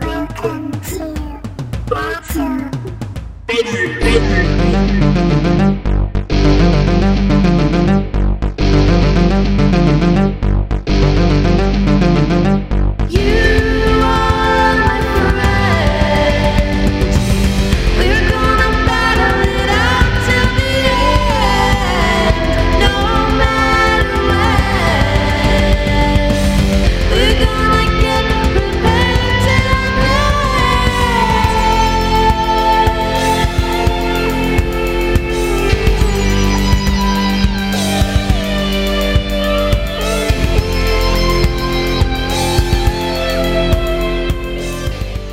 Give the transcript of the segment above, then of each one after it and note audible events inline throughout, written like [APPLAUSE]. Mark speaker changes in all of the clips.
Speaker 1: Welcome to Bachelor Basement.
Speaker 2: You are my friend. We're gonna battle it out till the end, no matter when. We're gonna get prepared till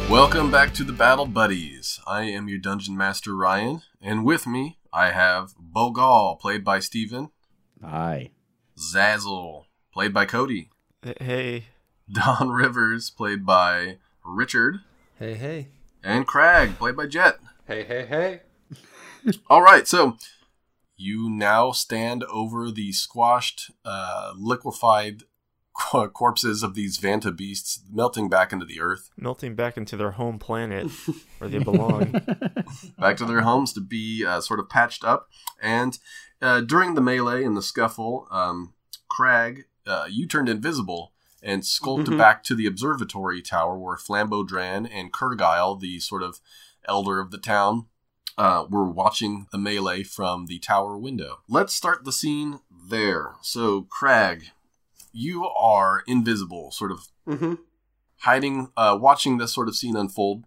Speaker 3: Welcome back to the Battle Buddies. I am your Dungeon Master Ryan, and with me I have Bogal, played by Steven,
Speaker 4: Aye.
Speaker 3: Zazzle, played by Cody,
Speaker 5: Hey.
Speaker 3: Don [LAUGHS] Rivers, played by Richard,
Speaker 6: Hey, hey.
Speaker 3: and Crag, played by Jet.
Speaker 6: Hey, hey, hey.
Speaker 3: [LAUGHS] All right, so you now stand over the squashed, uh, liquefied [LAUGHS] co- corpses of these Vanta beasts melting back into the earth,
Speaker 5: Melting back into their home planet where they belong.
Speaker 3: back to their homes to be uh, sort of patched up. And uh, during the melee and the scuffle, um, Crag, uh, you turned invisible and skulked
Speaker 6: Mhm.
Speaker 3: back to the observatory tower where Flambeaudran and Kurgile, the sort of elder of the town, uh, were watching the melee from the tower window. Let's start the scene there. So, Crag, you are invisible, sort of
Speaker 6: Mm-hmm.
Speaker 3: hiding, uh, watching this sort of scene unfold.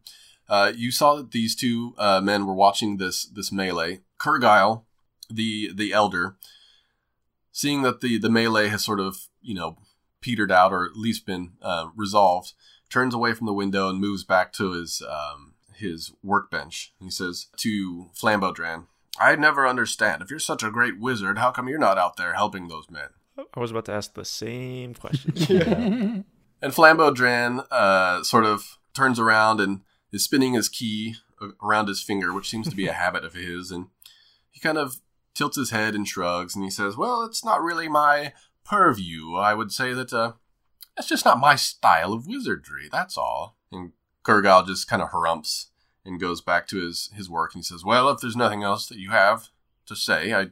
Speaker 3: Uh, you saw that these two uh, men were watching this this melee. Kurgile, the the elder, seeing that the the melee has sort of you know petered out or at least been uh, resolved, turns away from the window and moves back to his um, his workbench. He says to Flambeaudran, "I never understand. If you're such a great wizard, how come you're not out there helping those men?"
Speaker 5: I was about to ask the same question.
Speaker 3: And Flambeaudran uh, sort of turns around and is spinning his key a- around his finger, which seems to be a habit of his. And he kind of tilts his head and shrugs and he says, Well, it's not really my purview. I would say that uh, that's just not my style of wizardry, that's all. And Kurgal just kind of harumps and goes back to his, his work and he says, Well, if there's nothing else that you have to say, I,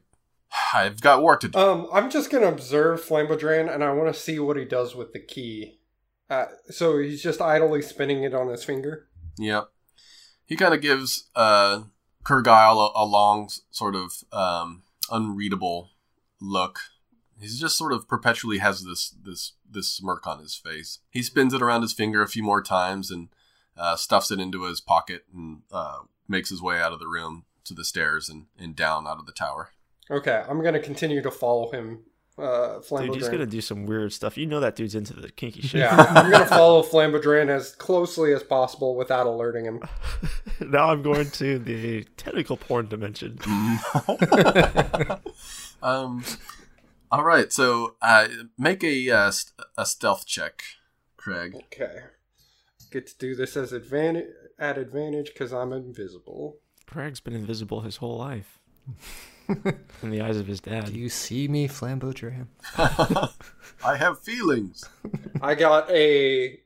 Speaker 3: I've got work to do.
Speaker 6: Um, I'm just gonna observe Flamboudran, and I want to see what he does with the key. Uh, so he's just idly spinning it on his finger.
Speaker 3: Yep. He kind of gives uh, Kurgile a, a long, s- sort of um, unreadable look. He's just sort of perpetually has this this this smirk on his face. He spins it around his finger a few more times and uh, stuffs it into his pocket and uh, makes his way out of the room to the stairs and, and down out of the tower.
Speaker 6: Okay, I'm gonna continue to follow him,
Speaker 5: Dude,
Speaker 6: uh,
Speaker 5: he's
Speaker 6: Flamboudran.
Speaker 5: gonna do some weird stuff. You know that dude's into the kinky shit.
Speaker 6: yeah, I'm gonna follow Flamboudran as closely as possible without alerting him.
Speaker 5: [LAUGHS] now I'm going to the tentacle porn dimension.
Speaker 3: Um, all right, so uh, make a uh, st- a stealth check, Craig.
Speaker 6: Okay, get to do this as advantage at advantage because I'm invisible.
Speaker 5: Craig's been invisible his whole life. In the eyes of his
Speaker 7: Do
Speaker 5: dad.
Speaker 7: you see me, Flamboyant?
Speaker 3: I have feelings.
Speaker 6: I got a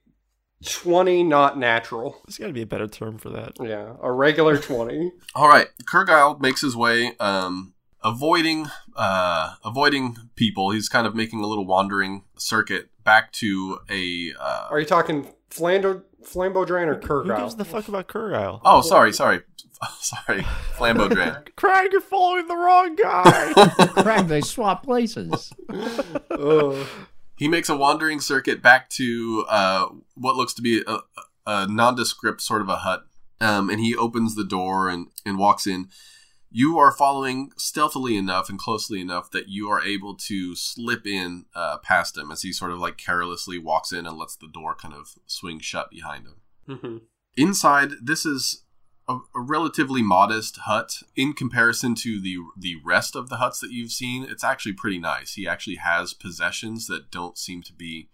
Speaker 6: twenty, not natural.
Speaker 5: There's gotta be a better term for that.
Speaker 6: Yeah, a regular twenty.
Speaker 3: All right, Kurgile makes his way, um, avoiding uh, avoiding people. He's kind of making a little wandering circuit back to a. Uh,
Speaker 6: Are you talking Flando, Flambodrain or
Speaker 5: Who gives
Speaker 6: Kurgile?
Speaker 5: the fuck about Kurgile?
Speaker 3: oh, sorry, sorry, [LAUGHS] sorry, [LAUGHS] Flambeaudran.
Speaker 5: Craig, you're following the wrong guy! [LAUGHS]
Speaker 4: Crap, they swap places.
Speaker 6: Ugh.
Speaker 3: he makes a wandering circuit back to uh, what looks to be a, a nondescript sort of a hut, um, and he opens the door and, and walks in. You are following stealthily enough and closely enough that you are able to slip in uh, past him as he sort of like carelessly walks in and lets the door kind of swing shut behind him
Speaker 6: Mhm.
Speaker 3: inside this is a, a relatively modest hut in comparison to the the rest of the huts that you've seen it's actually pretty nice he actually has possessions that don't seem to be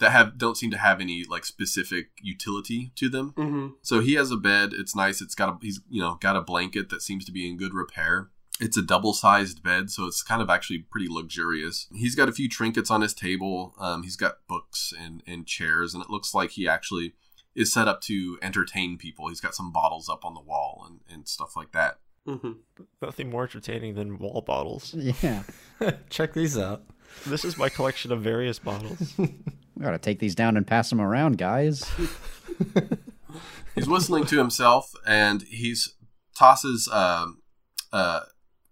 Speaker 3: that have don't seem to have any like specific utility to them
Speaker 6: Mhm.
Speaker 3: so he has a bed it's nice it's got a he's you know got a blanket that seems to be in good repair it's a double-sized bed so it's kind of actually pretty luxurious he's got a few trinkets on his table um, he's got books and and chairs and it looks like he actually is set up to entertain people. He's got some bottles up on the wall and, and stuff like that.
Speaker 6: Mm-hmm.
Speaker 5: Nothing more entertaining than wall bottles.
Speaker 4: [LAUGHS] Yeah.
Speaker 7: Check these out.
Speaker 5: This is my collection of various bottles.
Speaker 4: We ought to take these down and pass them around, guys.
Speaker 3: He's whistling to himself and he's tosses um uh,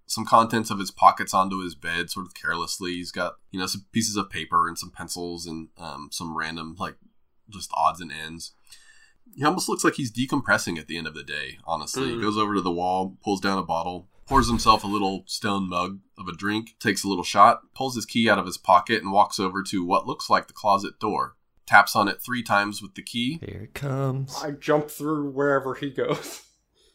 Speaker 3: some contents of his pockets onto his bed, sort of carelessly. He's got you know some pieces of paper and some pencils and um, some random like just odds and ends. He almost looks like he's decompressing at the end of the day. Honestly, he
Speaker 6: Mm.
Speaker 3: goes over to the wall, pulls down a bottle, pours himself a little stone mug of a drink, takes a little shot, pulls his key out of his pocket, and walks over to what looks like the closet door. Taps on it three times with the key.
Speaker 7: Here it comes.
Speaker 6: I jump through wherever he goes.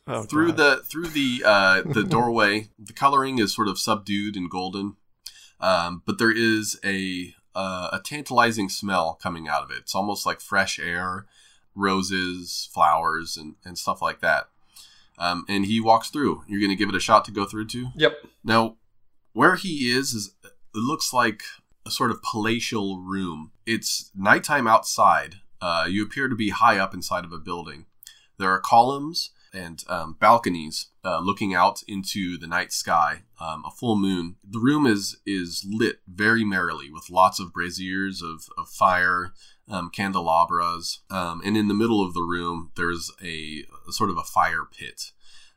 Speaker 5: Oh,
Speaker 3: through
Speaker 5: God.
Speaker 3: the through the uh,
Speaker 5: [LAUGHS]
Speaker 3: the doorway, the coloring is sort of subdued and golden, um, but there is a uh, a tantalizing smell coming out of it. It's almost like fresh air, roses, flowers, and and stuff like that. Um, and he walks through. You're going to give it a shot to go through to.
Speaker 6: Yep.
Speaker 3: Now, where he is is it looks like a sort of palatial room. It's nighttime outside. Uh, you appear to be high up inside of a building. There are columns and um, balconies uh, looking out into the night sky. Um, a full moon. The room is is lit very merrily with lots of braziers of of fire. Um, candelabras, um, and in the middle of the room, there's a, a sort of a fire pit.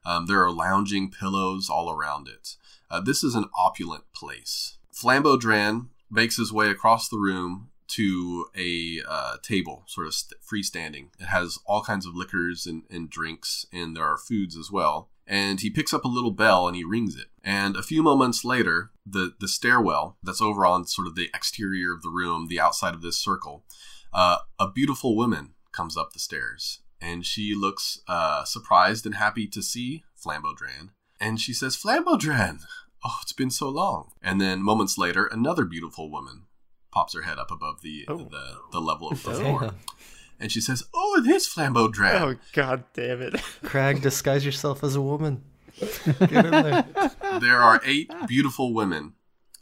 Speaker 3: Um, there are lounging pillows all around it. Uh, this is an opulent place. Flambeau Dran makes his way across the room to a uh, table, sort of st- freestanding. It has all kinds of liquors and, and drinks, and there are foods as well. And he picks up a little bell and he rings it. And a few moments later, the, the stairwell that's over on sort of the exterior of the room, the outside of this circle, uh, a beautiful woman comes up the stairs. And she looks uh, surprised and happy to see Flambeau Dran. And she says, Flambeau Dran, oh, it's been so long. And then moments later, another beautiful woman pops her head up above the
Speaker 5: Oh.
Speaker 3: the, the level of the
Speaker 7: Damn.
Speaker 3: floor. And she says, Oh, it is Flambeau Dran.
Speaker 5: Oh God damn it! [LAUGHS]
Speaker 7: Crag, disguise yourself as a woman. Get in there.
Speaker 5: Oh.
Speaker 3: there are eight beautiful women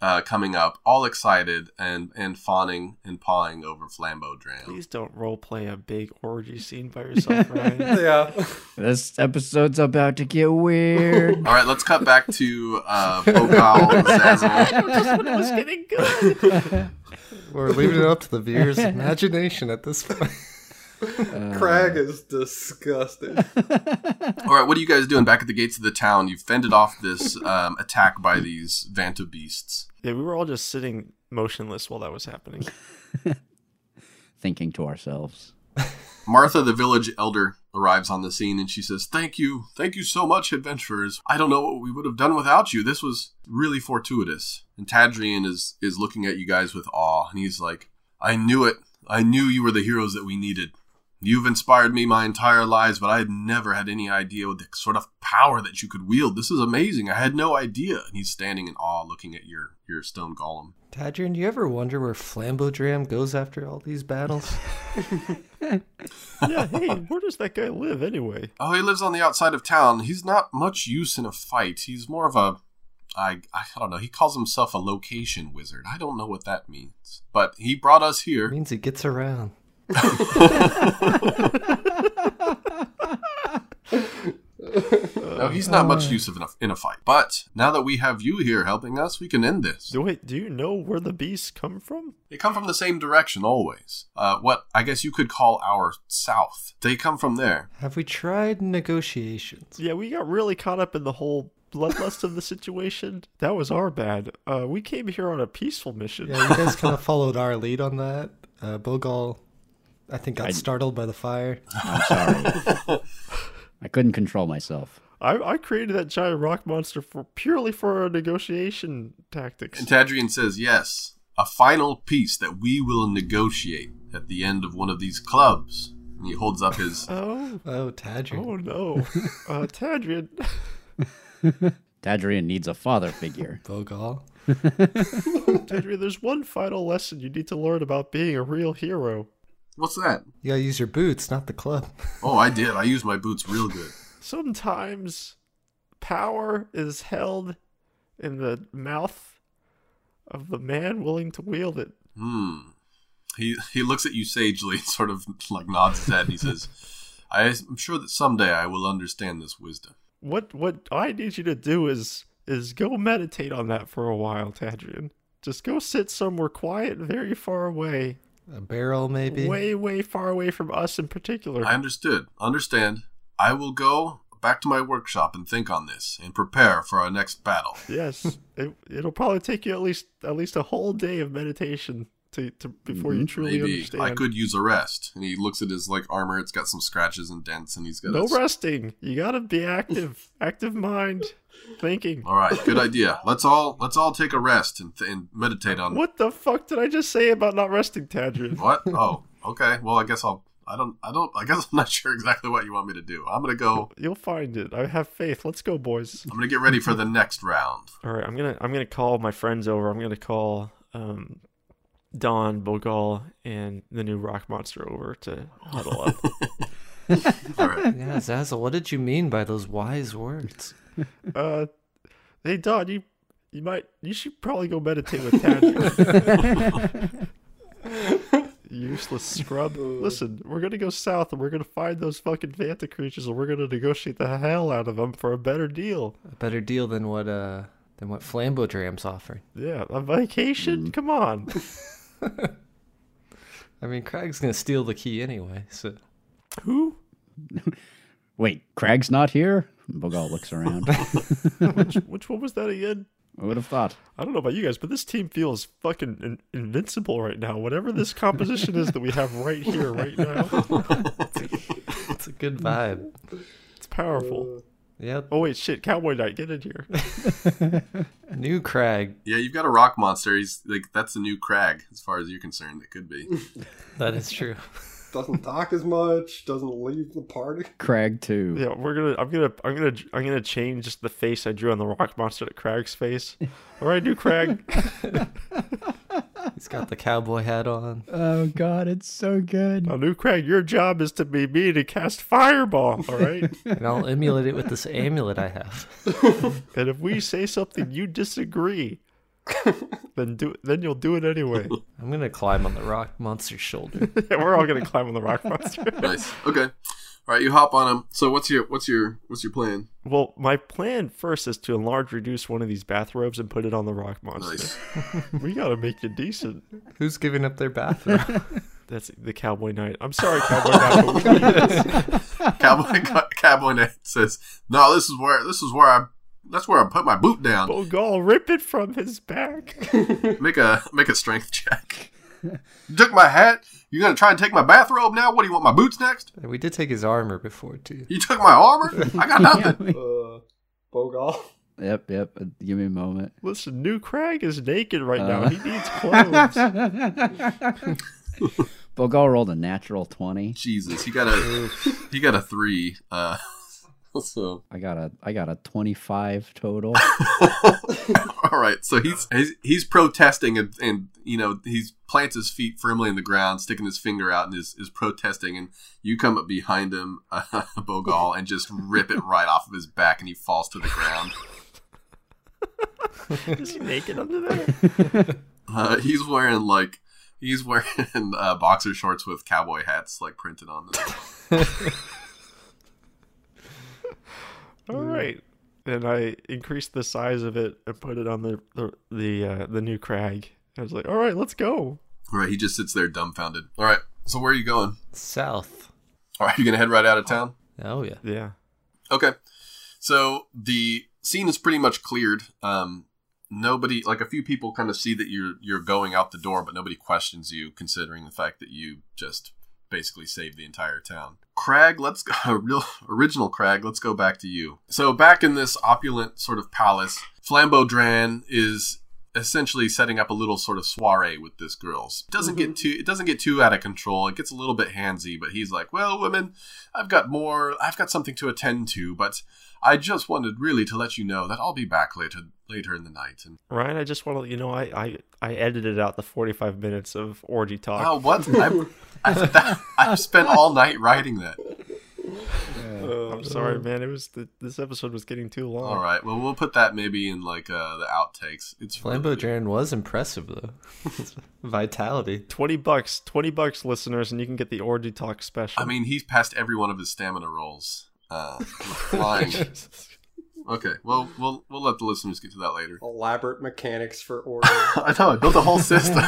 Speaker 3: uh, coming up, all excited and and fawning and pawing over Flambeau Dram.
Speaker 5: Please don't role play a big orgy scene by yourself, Ryan.
Speaker 6: Yeah.
Speaker 4: this episode's about to get [LAUGHS] weird.
Speaker 3: All right, let's cut back to uh, Bogal and Zazzle.
Speaker 5: it was getting good.
Speaker 7: We're leaving it up to the [LAUGHS] viewer's imagination at this point.
Speaker 6: Crag is disgusted.
Speaker 3: All right, what are you guys doing back at the gates of the town? You've fended off this um, attack by these Vanta beasts.
Speaker 5: Yeah, we were all just sitting motionless while that was happening.
Speaker 4: Thinking to ourselves.
Speaker 3: Martha, the village elder, arrives on the scene and she says, Thank you. Thank you so much, adventurers. I don't know what we would have done without you. This was really fortuitous. And Tadrian is, is looking at you guys with awe and he's like, I knew it. I knew you were the heroes that we needed. You've inspired me my entire lives, but I had never had any idea what the sort of power that you could wield. This is amazing. I had no idea. And he's standing in awe looking at your, your stone golem.
Speaker 7: [LAUGHS] Tadrian, do you ever wonder where Flamboodram goes after all these battles?
Speaker 5: yeah, hey, where does that guy live anyway?
Speaker 3: Oh, he lives on the outside of town. He's not much use in a fight. He's more of a, I, I don't know. He calls himself a location wizard. I don't know what that means, but he brought us
Speaker 7: It
Speaker 3: here.
Speaker 7: means he gets around.
Speaker 3: No, he's not much use of in a, in a fight. But now that we have you here helping us, we can end this.
Speaker 5: Do wait, do you know where the beasts come from?
Speaker 3: They come from the same direction always. Uh, what I guess you could call our south. They come from there.
Speaker 7: Have we tried negotiations?
Speaker 5: Yeah, we got really caught up in the whole bloodlust of the situation. That was our bad. Uh, we came here on a peaceful mission.
Speaker 7: Yeah, you guys kind [LAUGHS] of followed our lead on that. Uh, Bogal, I think, got startled by the fire.
Speaker 4: I'm sorry. [LAUGHS] I couldn't control myself.
Speaker 5: I, I created that giant rock monster for purely for our negotiation tactics.
Speaker 3: And Tadrian says, "Yes, a final piece that we will negotiate at the end of one of these clubs." And he holds up his
Speaker 5: oh,
Speaker 7: Oh, Tadrian.
Speaker 5: oh no, uh, Tadrian.
Speaker 4: Tadrian needs a father figure.
Speaker 7: Bogal.
Speaker 5: Tadrian, there's one final lesson you need to learn about being a real hero.
Speaker 3: What's that?
Speaker 7: You gotta use your boots, not the club.
Speaker 3: Oh, I did. I used my boots real good.
Speaker 5: Sometimes power is held in the mouth of the man willing to wield it.
Speaker 3: Hmm. he he looks at you sagely, and [LAUGHS] sort of like nods his head, and he says, I, "I'm sure that someday I will understand this wisdom."
Speaker 5: What what I need you to do is is go meditate on that for a while, Tadrian. Just go sit somewhere quiet, very far away,
Speaker 7: A barrel, maybe.
Speaker 5: way way far away from us in particular.
Speaker 3: I understood. Understand. I will go back to my workshop and think on this and prepare for our next battle.
Speaker 5: yes, it, it'll probably take you at least at least a whole day of meditation to, to before you truly
Speaker 3: Maybe
Speaker 5: understand.
Speaker 3: I could use a rest. And he looks at his like armor. It's got some scratches and dents, and he's got
Speaker 5: no
Speaker 3: a-
Speaker 5: resting. You gotta be active, active mind, thinking.
Speaker 3: All right, good idea. Let's all let's all take a rest and, th- and meditate on
Speaker 5: What the fuck did I just say about not resting, Tadrian?
Speaker 3: What? Oh, okay. Well, I guess I'll. I don't. I don't. I guess I'm not [LAUGHS] sure exactly what you want me to do. I'm gonna go.
Speaker 5: [LAUGHS] You'll find it. I have faith. Let's go, boys.
Speaker 3: I'm gonna get ready for the next round.
Speaker 5: All right, I'm gonna I'm gonna call my friends over. I'm gonna call um, Don Bogal and the new rock monster over to huddle up.
Speaker 3: All right.
Speaker 7: [LAUGHS] Yeah, Zazzle, what did you mean by those wise words?
Speaker 5: uh, [LAUGHS] hey Don, you you might you should probably go meditate with Tad. [LAUGHS] Useless scrub. Listen, we're gonna go south and we're gonna find those fucking Vanta creatures and we're gonna negotiate the hell out of them for a better deal.
Speaker 8: A better deal than what uh than what Flambeau Dram's offering.
Speaker 5: Yeah, a vacation. Come on.
Speaker 8: I mean, Craig's gonna steal the key anyway, so [LAUGHS]
Speaker 5: Who?
Speaker 4: Wait, Craig's not here? Bogal looks around. [LAUGHS]
Speaker 5: Which, which one was that again?
Speaker 4: I would have thought.
Speaker 5: I don't know about you guys, but this team feels fucking in- invincible right now. Whatever this composition is that we have right here, right now,
Speaker 8: it's a [LAUGHS] good vibe.
Speaker 5: it's powerful.
Speaker 8: Yeah,
Speaker 5: Oh wait, shit, Cowboy Knight, get in here.
Speaker 8: new Craig.
Speaker 3: Yeah, you've got a rock monster. He's like that's a new crag as far as you're concerned. It could be.
Speaker 8: That is true.
Speaker 6: Doesn't talk as much. Doesn't leave the party.
Speaker 4: Craig, too.
Speaker 5: Yeah, we're gonna. I'm gonna. I'm gonna. I'm gonna change just the face I drew on the rock monster to Crag's face. All right, new Crag.
Speaker 8: [LAUGHS] He's got the cowboy hat on.
Speaker 4: Oh, God, it's so good.
Speaker 5: now, new Crag, your job is to be me to cast fireball. All right,
Speaker 8: And I'll emulate it with this amulet I have.
Speaker 5: and if we say something you disagree, then do. Then you'll do it anyway. [LAUGHS]
Speaker 8: I'm gonna climb on the rock monster's [LAUGHS] shoulder.
Speaker 5: Yeah, we're all gonna climb on the rock monster.
Speaker 3: nice. Okay. All right, you hop on him. So what's your what's your what's your plan?
Speaker 5: Well, my plan first is to enlarge, reduce one of these bathrobes and put it on the rock monster.
Speaker 3: Nice. [LAUGHS]
Speaker 5: We gotta make it decent.
Speaker 8: Who's giving up their bathroom? [LAUGHS]
Speaker 5: That's the Cowboy Knight. I'm sorry, Cowboy Knight,
Speaker 3: [LAUGHS]
Speaker 5: but we need this.
Speaker 3: Cowboy Cowboy Knight says, "No, this is where this is where I that's where I put my boot
Speaker 5: [LAUGHS]
Speaker 3: down.
Speaker 5: Bogal, rip it from his back.
Speaker 3: Make a make a strength check. You took my hat. You're gonna try and take my bathrobe now. What do you want? My boots next?
Speaker 8: we did take his armor before too.
Speaker 3: You took my armor. I got nothing.
Speaker 6: Uh, Bogal.
Speaker 4: Yep, yep. uh, Give me a moment.
Speaker 5: Listen, New Crag is naked right now. He needs clothes. [LAUGHS]
Speaker 4: Bogal rolled a natural 20.
Speaker 3: Jesus, he got a he got a three. Uh, [LAUGHS] so
Speaker 4: I got a I got a 25 total. [LAUGHS]
Speaker 3: all right, so he's he's, he's protesting and, and you know he's plants his feet firmly in the ground, sticking his finger out and is, is protesting, and you come up behind him, [LAUGHS] uh, Bogal, and just rip it right off of his back, and he falls to the ground.
Speaker 5: is he naked under [LAUGHS] there?
Speaker 3: Uh, he's wearing like he's wearing [LAUGHS] uh, boxer shorts with cowboy hats like printed on them.
Speaker 5: All right. And I increased the size of it and put it on the the the, uh, the new Crag. I was like, all right, let's go.
Speaker 3: All right, he just sits there dumbfounded. All right, so where are you going?
Speaker 8: South.
Speaker 3: All right, you gonna head right out of town?
Speaker 8: Oh yeah.
Speaker 5: Yeah.
Speaker 3: Okay. So the scene is pretty much cleared. Um, nobody, like a few people, kind of see that you're you're going out the door, but nobody questions you, considering the fact that you just basically saved the entire town. Crag, let's go. [LAUGHS] Real original Crag, let's go back to you. So back in this opulent sort of palace, Flambeau Dran is essentially setting up a little sort of soiree with this girls. It doesn't get too it doesn't get too out of control. It gets a little bit handsy, but he's like, "Well, women, I've got more. I've got something to attend to, but I just wanted really to let you know that I'll be back later later in the night." And
Speaker 5: Ryan, I just want to let you know I, I, I edited out the 45 minutes of orgy talk.
Speaker 3: oh, [LAUGHS] what? I, I, I spent all night writing that.
Speaker 5: I'm I'm sorry, man. It was th- this episode was getting too long.
Speaker 3: All right. Well, we'll put that maybe in like uh, the outtakes. It's
Speaker 8: Flambeau Jaren was impressive [LAUGHS] though. His Vitality.
Speaker 5: Twenty bucks, twenty bucks, listeners, and you can get the Orgy Talk special.
Speaker 3: I mean, he's passed every one of his stamina rolls. Uh, flying. Okay. Well, we'll we'll let the listeners get to that later.
Speaker 6: Elaborate mechanics for order.
Speaker 3: I know. I built a [LAUGHS] whole system.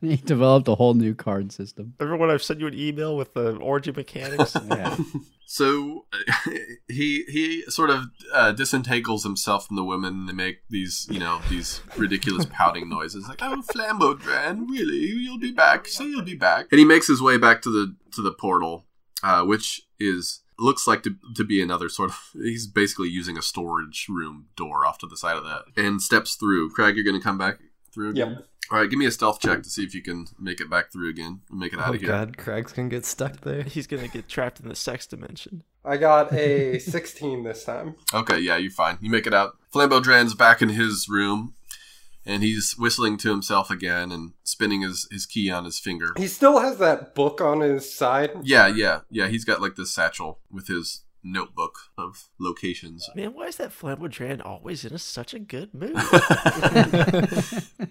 Speaker 4: He developed a whole new card system.
Speaker 5: Everyone, I've sent you an email with the Orgy
Speaker 3: [LAUGHS]
Speaker 5: mechanics. [LAUGHS]
Speaker 4: Yeah.
Speaker 3: So [LAUGHS] he he sort of uh, disentangles himself from the women. and They make these you know these ridiculous pouting noises like "Oh, Flambeaudran, really? You'll be back. Say you'll be back." And he makes his way back to the to the portal, uh, which is looks like to, to be another sort of. [LAUGHS] He's basically using a storage room door off to the side of that, and steps through. Craig, you're going to come back through.
Speaker 6: [LAUGHS] Yep.
Speaker 3: again? All right, give me a stealth check to see if you can make it back through again and make it out
Speaker 8: Oh
Speaker 3: of here.
Speaker 8: god, Craig's gonna get stuck [LAUGHS] there.
Speaker 5: He's gonna get trapped in the sex dimension.
Speaker 6: I got a 16 this time.
Speaker 3: Okay, yeah, you're fine. You make it out. Flambeaudran's back in his room, and he's whistling to himself again and spinning his, his key on his finger.
Speaker 6: He still has that book on his side.
Speaker 3: Yeah, yeah, yeah. He's got like this satchel with his notebook of locations.
Speaker 5: Man, why is that Flamboyant always in a, such a good
Speaker 3: [LAUGHS]
Speaker 5: mood?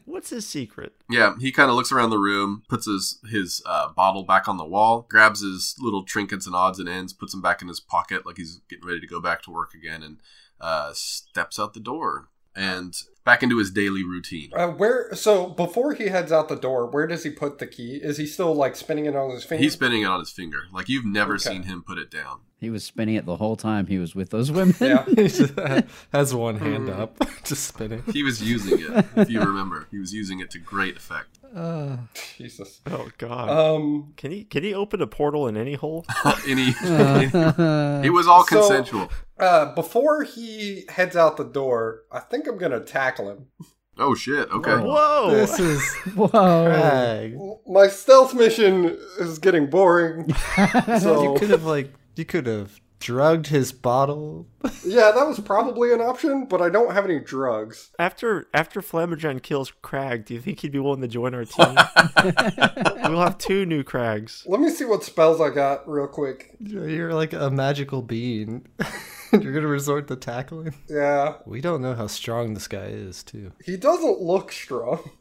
Speaker 5: What's his secret?
Speaker 3: Yeah, he kind of looks around the room, puts his his uh, bottle back on the wall, grabs his little trinkets and odds and ends, puts them back in his pocket like he's getting ready to go back to work again, and uh, steps out the door and back into his daily routine.
Speaker 6: Uh, where? So before he heads out the door, where does he put the key? Is he still like spinning it on his finger?
Speaker 3: He's spinning it on his finger. Like you've never
Speaker 6: Okay.
Speaker 3: seen him put it down.
Speaker 4: [LAUGHS] He was spinning it the whole time he was with those women.
Speaker 6: Yeah.
Speaker 8: Has one hand up, [LAUGHS] just spinning.
Speaker 3: He was using it, if you remember. He was using it to great effect. [LAUGHS]
Speaker 6: Jesus.
Speaker 5: Oh God.
Speaker 6: Um.
Speaker 5: can he can he open a portal in any hole?
Speaker 3: Any, it was all
Speaker 6: [LAUGHS] So-
Speaker 3: consensual.
Speaker 6: Uh. Before he heads out the door, I think I'm gonna tackle him.
Speaker 3: [LAUGHS] Oh shit! Okay.
Speaker 5: Whoa!
Speaker 8: This
Speaker 4: [LAUGHS]
Speaker 8: is [LAUGHS]
Speaker 4: Whoa.
Speaker 8: Craig.
Speaker 6: My stealth mission is getting
Speaker 8: [LAUGHS]
Speaker 6: boring.
Speaker 8: You
Speaker 6: so
Speaker 8: could have like you could have drugged his bottle.
Speaker 6: yeah, that was probably an option, but I don't have any drugs.
Speaker 5: After after Flamboyant kills Crag, do you think he'd be willing to join
Speaker 3: [LAUGHS]
Speaker 5: our team? we'll have two new Crags.
Speaker 6: Let me see what spells I got real quick.
Speaker 8: You're like a
Speaker 7: [LAUGHS]
Speaker 8: magical being. You're gonna resort to tackling.
Speaker 6: Yeah,
Speaker 8: We don't know how strong this guy is, too.
Speaker 6: he doesn't look strong.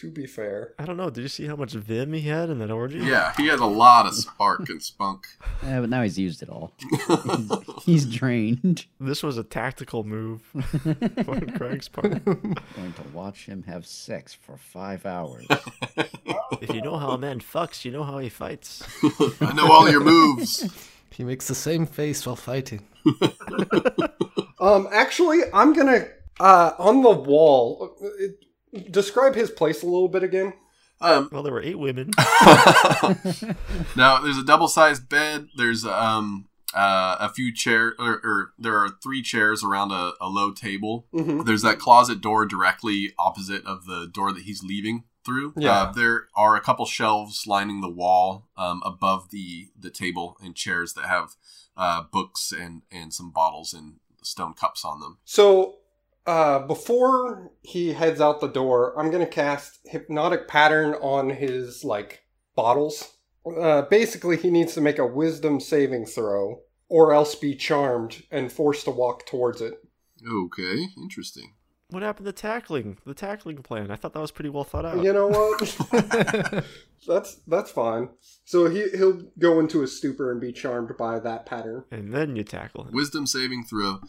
Speaker 6: To be fair,
Speaker 5: I don't know. Did you see how much vim he had in that orgy?
Speaker 3: Yeah, he had a lot of spark and spunk.
Speaker 4: Yeah, but now he's used it all. he's, he's drained.
Speaker 5: This was a tactical move on Craig's
Speaker 4: [LAUGHS]
Speaker 5: part.
Speaker 4: Going to watch him have sex for five hours.
Speaker 5: If you know how a man fucks, you know how he fights.
Speaker 3: I know all your moves.
Speaker 8: He makes the same face while fighting.
Speaker 6: um, actually, I'm gonna uh on the wall. uh, It, describe his place a little bit again.
Speaker 3: Um,
Speaker 5: Well, there were eight women.
Speaker 3: now there's a double-sized bed. There's um uh, a few chair, or, or there are three chairs around a, a low table.
Speaker 6: Mm-hmm.
Speaker 3: There's that closet door directly opposite of the door that he's leaving through.
Speaker 6: Yeah.
Speaker 3: Uh, there are a couple shelves lining the wall um, above the the table and chairs that have uh, books and and some bottles and stone cups on them.
Speaker 6: So, uh, before he heads out the door, I'm gonna cast hypnotic pattern on his like bottles. Uh, basically, he needs to make a wisdom saving throw, or else be charmed and forced to walk towards it.
Speaker 3: Okay, interesting.
Speaker 5: What happened to tackling? The tackling plan. I thought that was pretty well thought out.
Speaker 6: You know what? that's that's fine. So he he'll go into a stupor and be charmed by that pattern.
Speaker 5: And then you tackle him.
Speaker 3: Wisdom saving throw.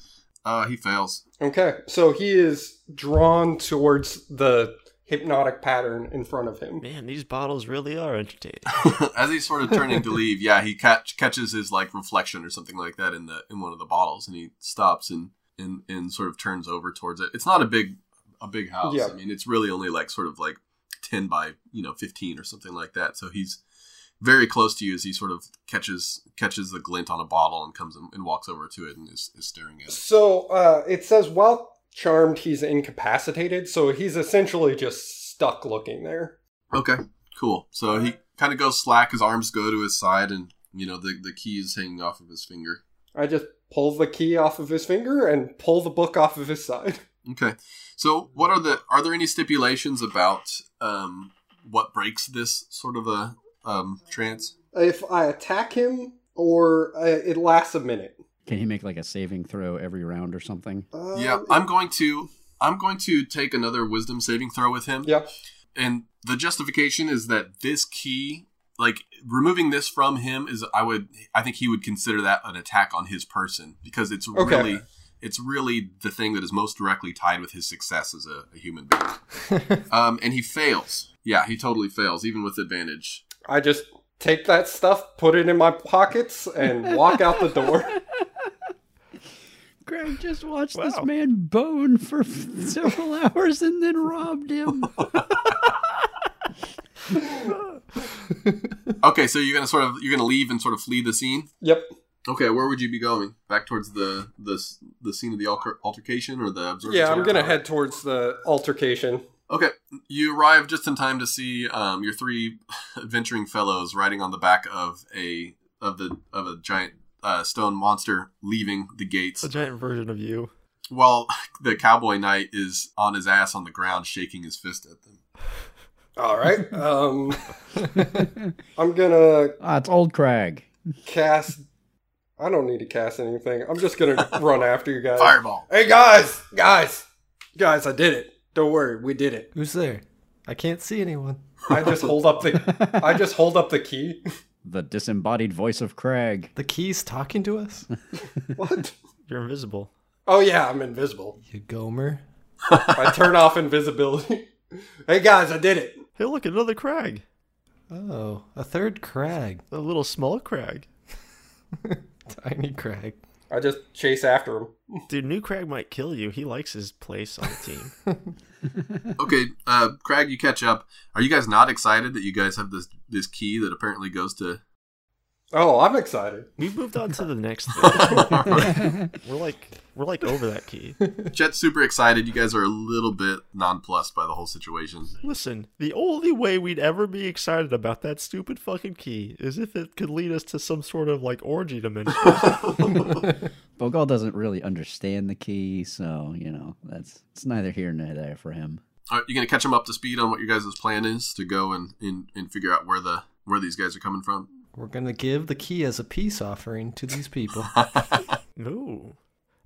Speaker 3: Uh, he fails.
Speaker 6: Okay, so he is drawn towards the hypnotic pattern in front of him.
Speaker 5: Man, these bottles really are entertaining.
Speaker 3: [LAUGHS] As he's sort of turning to leave, yeah, he catch, catches his like reflection or something like that in the in one of the bottles, and he stops and and and sort of turns over towards it. It's not a big a big house.
Speaker 6: Yeah.
Speaker 3: I mean, it's really only like sort of like ten by you know fifteen or something like that. So he's very close to you as he sort of catches catches the glint on a bottle and comes and, and walks over to it and is, is staring at it.
Speaker 6: So uh, it says while charmed, he's incapacitated. So he's essentially just stuck looking there.
Speaker 3: Okay, cool. So he kind of goes slack. His arms go to his side, and you know the the key is hanging off of his finger.
Speaker 6: I just pull the key off of his finger and pull the book off of his [LAUGHS] side.
Speaker 3: Okay. So, what are the are there any stipulations about um, what breaks this sort of a um, trance?
Speaker 6: If I attack him, or uh, it lasts a minute.
Speaker 4: [LAUGHS] Can he make like a saving throw every round or something?
Speaker 6: Um,
Speaker 3: Yeah, I'm going to I'm going to take another wisdom saving throw with him.
Speaker 6: Yeah.
Speaker 3: And the justification is that this key, like removing this from him is I would I think he would consider that an attack on his person because it's
Speaker 6: Okay.
Speaker 3: really it's really the thing that is most directly tied with his success as a, a human being.
Speaker 6: [LAUGHS]
Speaker 3: um, and he fails. Yeah, he totally fails, even with advantage.
Speaker 6: I just take that stuff, put it in my pockets, and [LAUGHS] walk out the door.
Speaker 4: Greg just watched this
Speaker 5: Wow.
Speaker 4: man bone for several [LAUGHS] hours and then robbed him.
Speaker 3: Okay, so you're gonna sort of you're gonna leave and sort of flee the scene.
Speaker 6: Yep.
Speaker 3: Okay, where would you be going? Back towards the the s- the scene of the alter- altercation or the observatory?
Speaker 6: Yeah, I'm gonna
Speaker 3: tower?
Speaker 6: head towards the altercation.
Speaker 3: Okay, you arrive just in time to see um, your three [LAUGHS] adventuring fellows riding on the back of a of the of a giant uh, stone monster leaving the gates,
Speaker 5: A giant version of you.
Speaker 3: while [LAUGHS] the cowboy knight is on his ass on the ground shaking his fist at them.
Speaker 6: All right. [LAUGHS] Um, I'm gonna
Speaker 4: [LAUGHS] ah, it's old Crag.
Speaker 6: cast. I don't need to cast anything. I'm just gonna run after you guys. [LAUGHS]
Speaker 3: Fireball!
Speaker 6: Hey guys, guys, guys! I did it. Don't worry, we did it.
Speaker 7: Who's there? I can't see anyone.
Speaker 6: I just hold up the. I just hold up the key.
Speaker 4: The disembodied voice of Crag.
Speaker 7: The key's talking to us?
Speaker 6: What?
Speaker 5: You're invisible.
Speaker 6: Oh yeah, I'm invisible.
Speaker 7: You Gomer.
Speaker 6: I turn off invisibility. [LAUGHS] Hey guys, I did it.
Speaker 5: Hey, look, another crag.
Speaker 7: Oh, a third crag.
Speaker 5: A little small crag.
Speaker 7: Tiny crag.
Speaker 6: I just chase after him.
Speaker 5: Dude, new crag might kill you. He likes his place on the team.
Speaker 3: Okay, uh, Crag, you catch up. Are you guys not excited that you guys have this this key that apparently goes to?
Speaker 6: Oh, I'm excited.
Speaker 5: we moved on to the next thing. we're like we're like over that key.
Speaker 3: Jet's super excited. You guys are a little bit nonplussed by the whole situation.
Speaker 5: Listen, the only way we'd ever be excited about that stupid fucking key is if it could lead us to some sort of like orgy dimension.
Speaker 3: [LAUGHS]
Speaker 4: Bogal doesn't really understand the key, so you know that's it's neither here nor there for him.
Speaker 3: All right, you're gonna catch them up to speed on what your guys' plan is to go and, and, and figure out where the where these guys are coming from.
Speaker 7: We're gonna give the key as a peace offering to these people.
Speaker 5: no.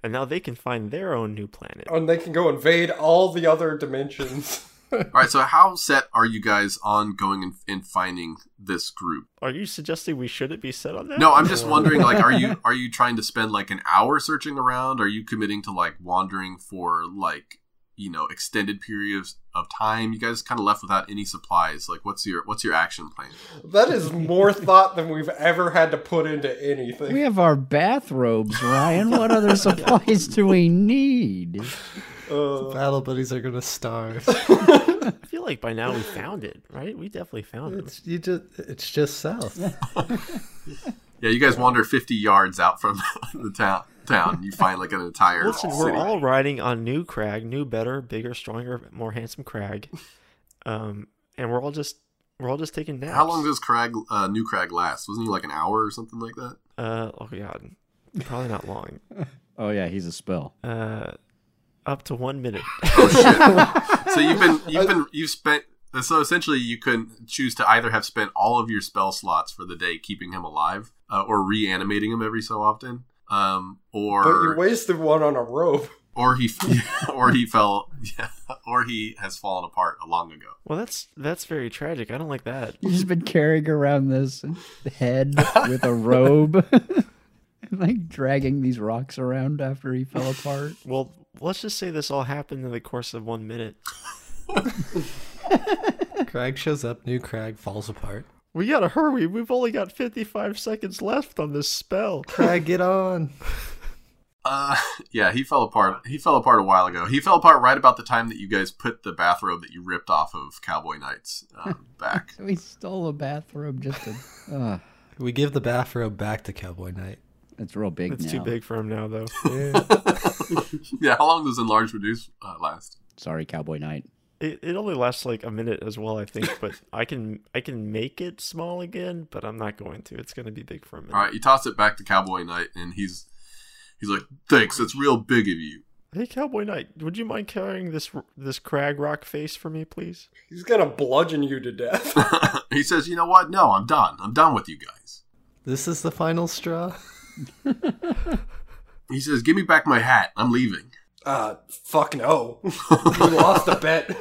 Speaker 5: And now they can find their own new planet.
Speaker 6: And they can go invade all the other dimensions. [LAUGHS]
Speaker 3: All right, so how set are you guys on going and, and finding this group?
Speaker 5: Are you suggesting we shouldn't be set on that?
Speaker 3: No, I'm just wondering, like, are you are you trying to spend like an hour searching around? Are you committing to like wandering for like you know extended periods of time? You guys kind of left without any supplies. Like, what's your what's your action plan?
Speaker 6: that is more thought than we've ever had to put into
Speaker 4: We
Speaker 6: anything.
Speaker 4: have our bathrobes, Ryan. What
Speaker 5: [LAUGHS]
Speaker 4: other supplies do we need?
Speaker 6: Uh,
Speaker 7: Battle buddies are gonna starve.
Speaker 5: I feel like by now we found it, right? We definitely found it.
Speaker 7: It's, you just, it's just south.
Speaker 3: Yeah, you guys wander 50 yards out from [LAUGHS] the town. Town, you find like an entire
Speaker 5: Listen,
Speaker 3: city.
Speaker 5: we're all riding on new crag, new, better, bigger, stronger, more handsome crag, um, and we're all just we're all just taking naps.
Speaker 3: How long does Crag uh, new Crag last? Wasn't he like an hour or something like
Speaker 5: [LAUGHS]
Speaker 3: that?
Speaker 5: Uh, oh god, probably not long.
Speaker 4: Oh yeah, he's a spell.
Speaker 5: Uh, up to one minute.
Speaker 3: Oh, So you've been
Speaker 5: [LAUGHS]
Speaker 3: you've been you've spent uh, so essentially you could choose to either have spent all of your spell slots for the day keeping him alive uh, or reanimating him every so often. Um,
Speaker 6: but you
Speaker 3: or
Speaker 6: wasted one on a rope.
Speaker 3: or he [LAUGHS] or he fell [LAUGHS] yeah, or he has fallen apart long ago.
Speaker 5: well, that's that's very tragic. I don't like that.
Speaker 4: You've just been carrying around this head with a robe, [LAUGHS] like dragging these rocks around after he fell apart.
Speaker 5: Well, let's just say this all happened in the course of one minute.
Speaker 7: Crag shows up, new crag falls apart.
Speaker 5: We gotta hurry. We've only got fifty-five seconds left on this spell.
Speaker 7: Crag, get on.
Speaker 3: Uh, yeah, he fell apart. He fell apart a while ago. He fell apart right about the time that you guys put the bathrobe that you ripped off of Cowboy Knight's um, back.
Speaker 4: We stole a bathrobe just [SIGHS] to. Uh,
Speaker 7: [LAUGHS] We give the bathrobe back to Cowboy Knight.
Speaker 4: it's real big
Speaker 5: It's
Speaker 4: now.
Speaker 5: too big for him now, though. [LAUGHS]
Speaker 3: yeah, how long does enlarge reduce uh, last?
Speaker 4: Sorry, Cowboy Knight.
Speaker 5: It, it only lasts like a minute as well, I think. But I can I can make it small again, but I'm not going to. It's gonna be big for a minute.
Speaker 3: All right, you toss it back to Cowboy Knight, and he's he's like, "Thanks, that's real big of you." [CLEARS THROAT]
Speaker 5: Hey, Cowboy Knight, would you mind carrying this this crag rock face for me, please?
Speaker 6: He's gonna bludgeon you to death.
Speaker 3: he says, "You know what? No, I'm done. I'm done with you guys."
Speaker 7: This is the final straw.
Speaker 3: He says, "Give me back my hat. I'm leaving."
Speaker 6: [LAUGHS] Uh, fuck no. you lost a bet.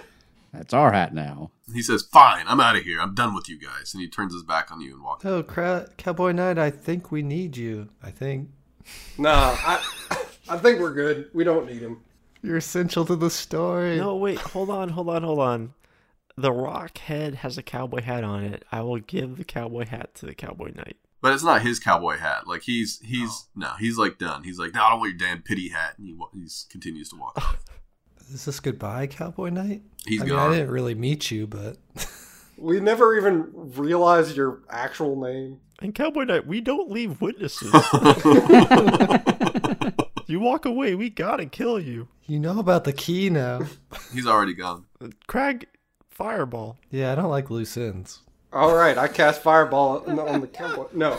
Speaker 4: That's our hat now.
Speaker 3: He says, "Fine. I'm out of here. I'm done with you guys." And he turns his back on you and walks.
Speaker 7: Oh, cra- Cowboy Knight, I think we need you. I think
Speaker 6: Nah, I, I think we're good. We don't need him.
Speaker 7: you're essential to the story.
Speaker 5: No, wait, hold on, hold on, hold on. The rock head has a cowboy hat on it. I will give the cowboy hat to the cowboy knight.
Speaker 3: But it's not his cowboy hat. Like he's he's no, he's like done. He's like, "No, I don't want your damn pity hat." And he wa- he's, continues to walk. away.
Speaker 7: Is this goodbye, Cowboy Knight?
Speaker 3: He's
Speaker 7: I mean,
Speaker 3: gone.
Speaker 7: I didn't really meet you, but
Speaker 6: We never even realized your actual name.
Speaker 5: And cowboy knight, we don't leave witnesses. you walk away, we gotta kill you.
Speaker 7: you know about the key now. [LAUGHS]
Speaker 3: he's already gone.
Speaker 5: Crag, fireball.
Speaker 7: Yeah, I don't like loose ends.
Speaker 6: All right, I cast fireball on the, on the cowboy. No,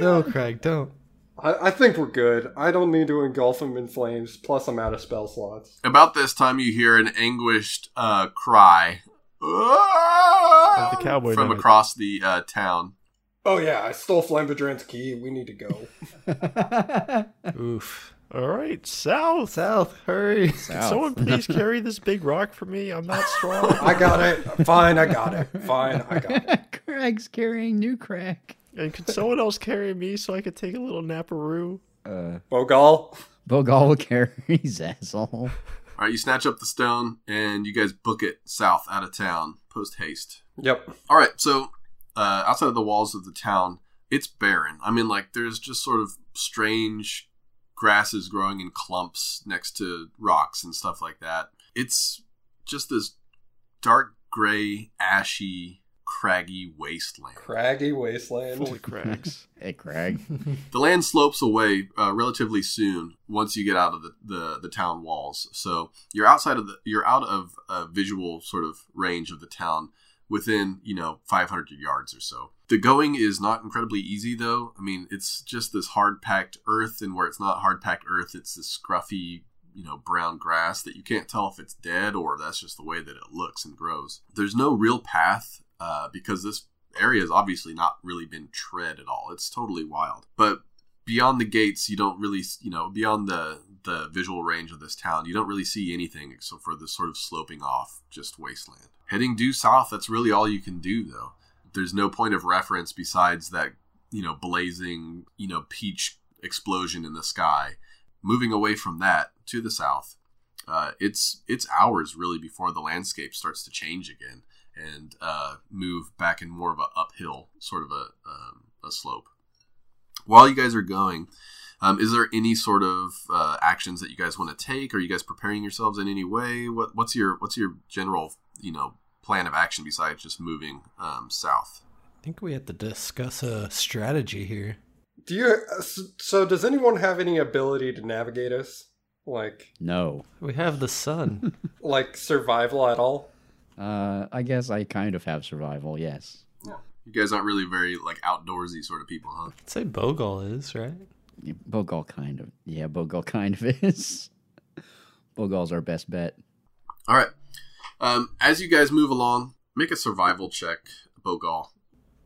Speaker 7: No, Craig, don't.
Speaker 6: I, I think we're good. I don't need to engulf him in flames. Plus, I'm out of spell slots.
Speaker 3: About this time, you hear an anguished uh, cry Ah!
Speaker 5: the cowboy
Speaker 3: from
Speaker 5: knight.
Speaker 3: across the uh, town.
Speaker 6: Oh yeah, I stole Flambadran's key. We need to go.
Speaker 7: Oof.
Speaker 5: All right, south.
Speaker 7: South, hurry. [LAUGHS]
Speaker 5: Can someone please carry this big rock for me? I'm not
Speaker 6: [LAUGHS]
Speaker 5: strong.
Speaker 6: I got it. Fine, I got it. Fine, I got it.
Speaker 4: Craig's carrying new crack.
Speaker 5: and can someone else carry me so I could take a little naparoo?
Speaker 4: Uh,
Speaker 6: Bogal.
Speaker 4: Bogal will carry his [LAUGHS] asshole.
Speaker 3: All right, you snatch up the stone and you guys book it south out of town, post haste.
Speaker 6: Yep.
Speaker 3: All right, so uh, outside of the walls of the town, it's barren. I mean, like there's just sort of strange grasses growing in clumps next to rocks and stuff like that. It's just this dark gray, ashy, craggy wasteland.
Speaker 6: Craggy wasteland.
Speaker 5: Full of crags.
Speaker 4: Hey, Craig.
Speaker 3: The land slopes away uh, relatively soon once you get out of the, the, the town walls. So you're outside of the you're out of uh, visual sort of range of the town within you know 500 yards or so. The going is not incredibly easy though. I mean, it's just this hard packed earth, and where it's not hard packed earth, it's this scruffy you know brown grass that you can't tell if it's dead or that's just the way that it looks and grows. There's no real path uh, because this area has obviously not really been tread at all. It's totally wild. But beyond the gates, you don't really, you know, beyond the the visual range of this town, you don't really see anything except for this sort of sloping off just wasteland. Heading due south, that's really all you can do though. There's no point of reference besides that, you know, blazing, you know, peach explosion in the sky. Moving away from that to the south, uh, it's it's hours really before the landscape starts to change again and uh, move back in more of a uphill sort of a, um, a slope. While you guys are going, um, is there any sort of uh, actions that you guys want to take? Are you guys preparing yourselves in any way? What, what's your what's your general you know plan of action besides just moving um, south?
Speaker 7: I think we have to discuss a strategy here.
Speaker 6: Do you? uh, s- So, does anyone have any ability to navigate us? Like,
Speaker 4: No.
Speaker 7: We have the [LAUGHS] sun.
Speaker 6: like survival at all?
Speaker 4: Uh, I guess I kind of have survival, yes.
Speaker 3: You guys aren't really very like outdoorsy sort of people, huh?
Speaker 7: I'd say Bogal is, right?
Speaker 4: Yeah, Bogal kind of. Yeah, Bogal [LAUGHS] kind of is. Bogal's our best bet.
Speaker 3: All right. Um, as you guys move along, make a survival check, Bogal.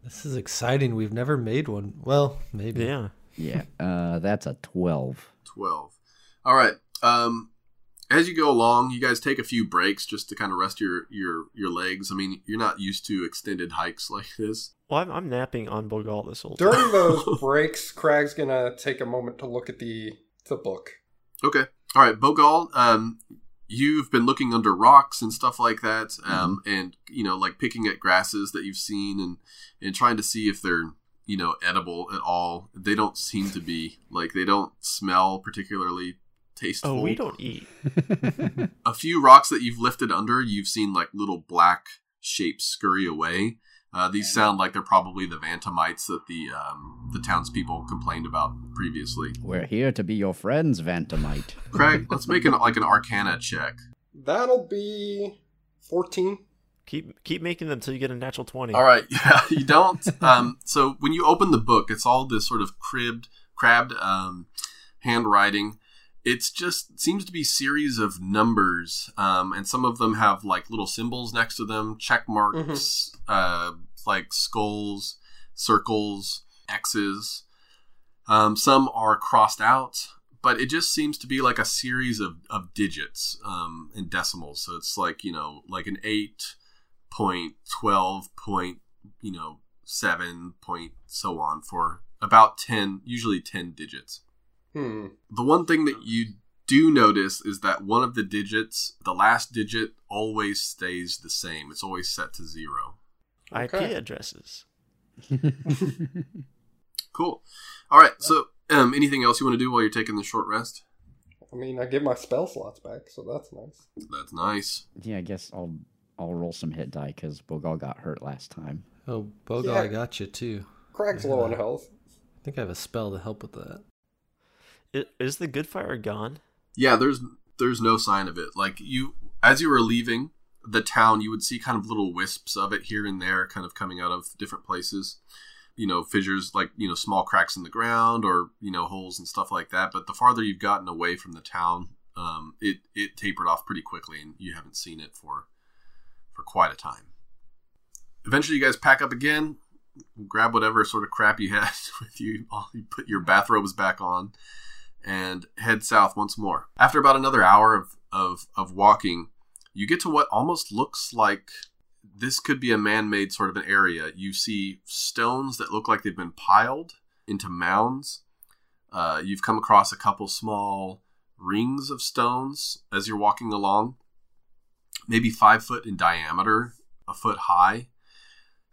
Speaker 7: This is exciting. We've never made one. Well, maybe.
Speaker 5: Yeah.
Speaker 4: [LAUGHS] Yeah. Uh, that's a 12.
Speaker 3: 12 all right um as you go along you guys take a few breaks just to kind of rest your your your legs i mean you're not used to extended hikes like this
Speaker 5: Well, I'm, I'm napping on Bogal this whole time.
Speaker 6: During those breaks, Crag's gonna take a moment to look at the the book.
Speaker 3: okay all right bogal um you've been looking under rocks and stuff like that um
Speaker 5: Mm-hmm.
Speaker 3: and you know like picking at grasses that you've seen and and trying to see if they're you know edible at all they don't seem to be like they don't smell particularly tasteful
Speaker 5: Oh, we don't eat.
Speaker 3: a few rocks that you've lifted under, you've seen like little black shapes scurry away. Uh,
Speaker 5: Mm-hmm.
Speaker 3: these sound like they're probably the Vantamites that the um, the townspeople complained about previously.
Speaker 4: We're here to be your friends, Vantamite.
Speaker 3: Craig, let's make an like an Arcana check.
Speaker 6: That'll be fourteen.
Speaker 5: Keep keep making them till you get a natural twenty.
Speaker 3: All right, [LAUGHS] yeah, you don't. Um, so when you open the book, it's all this sort of cribbed, crabbed um, handwriting. It's just seems to be series of numbers, um, and some of them have like little symbols next to them, check marks, uh, like skulls, circles. X's. Um, some are crossed out, but it just seems to be like a series of, of digits um, and decimals. So it's like, you know, like an 8 point, 12 point, you know, 7 point, so on for about 10, usually 10 digits.
Speaker 6: Hmm.
Speaker 3: The one thing that you do notice is that one of the digits, the last digit, always stays the same. It's always set to zero.
Speaker 6: Okay.
Speaker 5: IP addresses.
Speaker 3: Cool. All right. So, um, anything else you want to do while you're taking the short rest?
Speaker 6: I mean, I get my spell slots back, so that's nice.
Speaker 3: That's nice.
Speaker 4: Yeah, I guess I'll I'll roll some hit die because Bogal got hurt last time.
Speaker 8: Oh, Bogo,
Speaker 6: Yeah.
Speaker 8: I got you too.
Speaker 6: Craig's low on health.
Speaker 8: I think I have a spell to help with that.
Speaker 5: I- Is the good fire gone?
Speaker 3: Yeah, there's there's no sign of it. Like you, as you were leaving the town, you would see kind of little wisps of it here and there, kind of coming out of different places. You know, fissures like you know small cracks in the ground or you know holes and stuff like that. But the farther you've gotten away from the town, um, it it tapered off pretty quickly, and you haven't seen it for for quite a time. Eventually, you guys pack up again, grab whatever sort of crap you had [LAUGHS] with you. You put your bathrobes back on and head south once more. After about another hour of, of, of walking, you get to what almost looks like this could be a man made sort of an area. You see stones that look like they've been piled into mounds. Uh, you've come across a couple small rings of stones as you're walking along, maybe five foot in diameter, a foot high.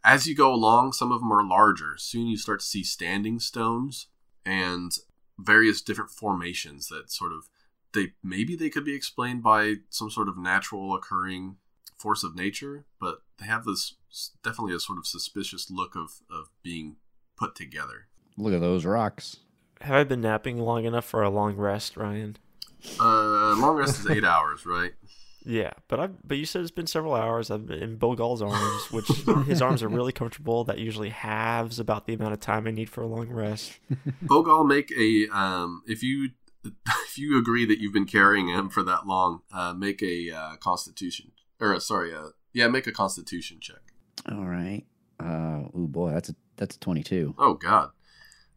Speaker 3: As you go along, some of them are larger. Soon you start to see standing stones and various different formations that sort of they maybe they could be explained by some sort of natural occurring force of nature, but they have this definitely a sort of suspicious look of of being put together.
Speaker 4: Look at those rocks.
Speaker 5: Have I been napping long enough for a long rest, Ryan?
Speaker 3: Uh, long rest is eight hours, right?
Speaker 5: Yeah, but I but you said it's been several hours. I've been in Bill Gall's arms, [LAUGHS] which his arms are really comfortable. That usually halves about the amount of time I need for a long [LAUGHS] rest.
Speaker 3: Bogal make a um if you [LAUGHS] if you agree that you've been carrying him for that long, uh, make a uh, constitution or uh, sorry, uh, yeah, make a constitution check.
Speaker 4: All right. Uh, oh boy, that's a that's a twenty-two.
Speaker 3: Oh God!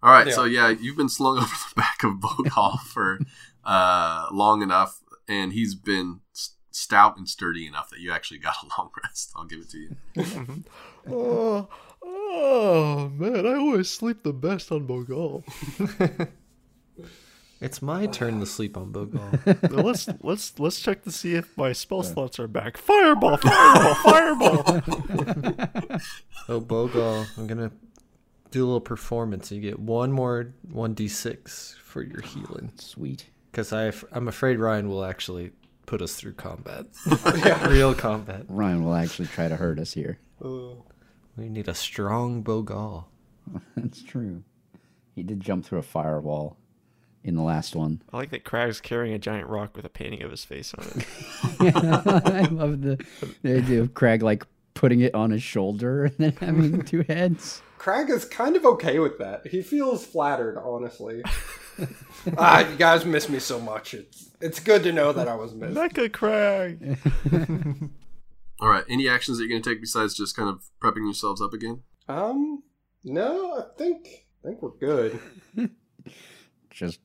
Speaker 3: All right,
Speaker 6: Yeah.
Speaker 3: so yeah, you've been slung [LAUGHS] over the back of Bogal for uh, long enough, and he's been s- stout and sturdy enough that you actually got a [LAUGHS] long rest. I'll give it to you.
Speaker 8: Oh, oh man, I always sleep the best on Bogal. it's my turn to sleep on Bogal.
Speaker 5: Now [LAUGHS] let's let's let's check to see if my spell slots are back. Fireball, fireball, [LAUGHS] fireball.
Speaker 8: oh, Bogal, I'm gonna do a little performance. You get one more 1d6 for your healing.
Speaker 4: Sweet.
Speaker 8: Because I'm afraid Ryan will actually put us through combat. [LAUGHS] Real combat.
Speaker 4: Ryan will actually try to hurt us here.
Speaker 8: We need a strong Bogal.
Speaker 4: That's true. He did jump through a firewall in the last one.
Speaker 5: I like that Crag's carrying a giant rock with a painting of his face on [LAUGHS]
Speaker 4: [LAUGHS]
Speaker 5: it.
Speaker 4: I love the, the idea of Craig like putting it on his shoulder and then having two heads.
Speaker 6: Craig is kind of okay with that. He feels flattered, honestly. ah, you guys miss me so much. It's it's good to know that I was missed.
Speaker 5: Mecca Crag.
Speaker 3: All right, any actions that you're going to take besides just kind of prepping yourselves up again?
Speaker 6: Um, no, I think I think we're good.
Speaker 4: Just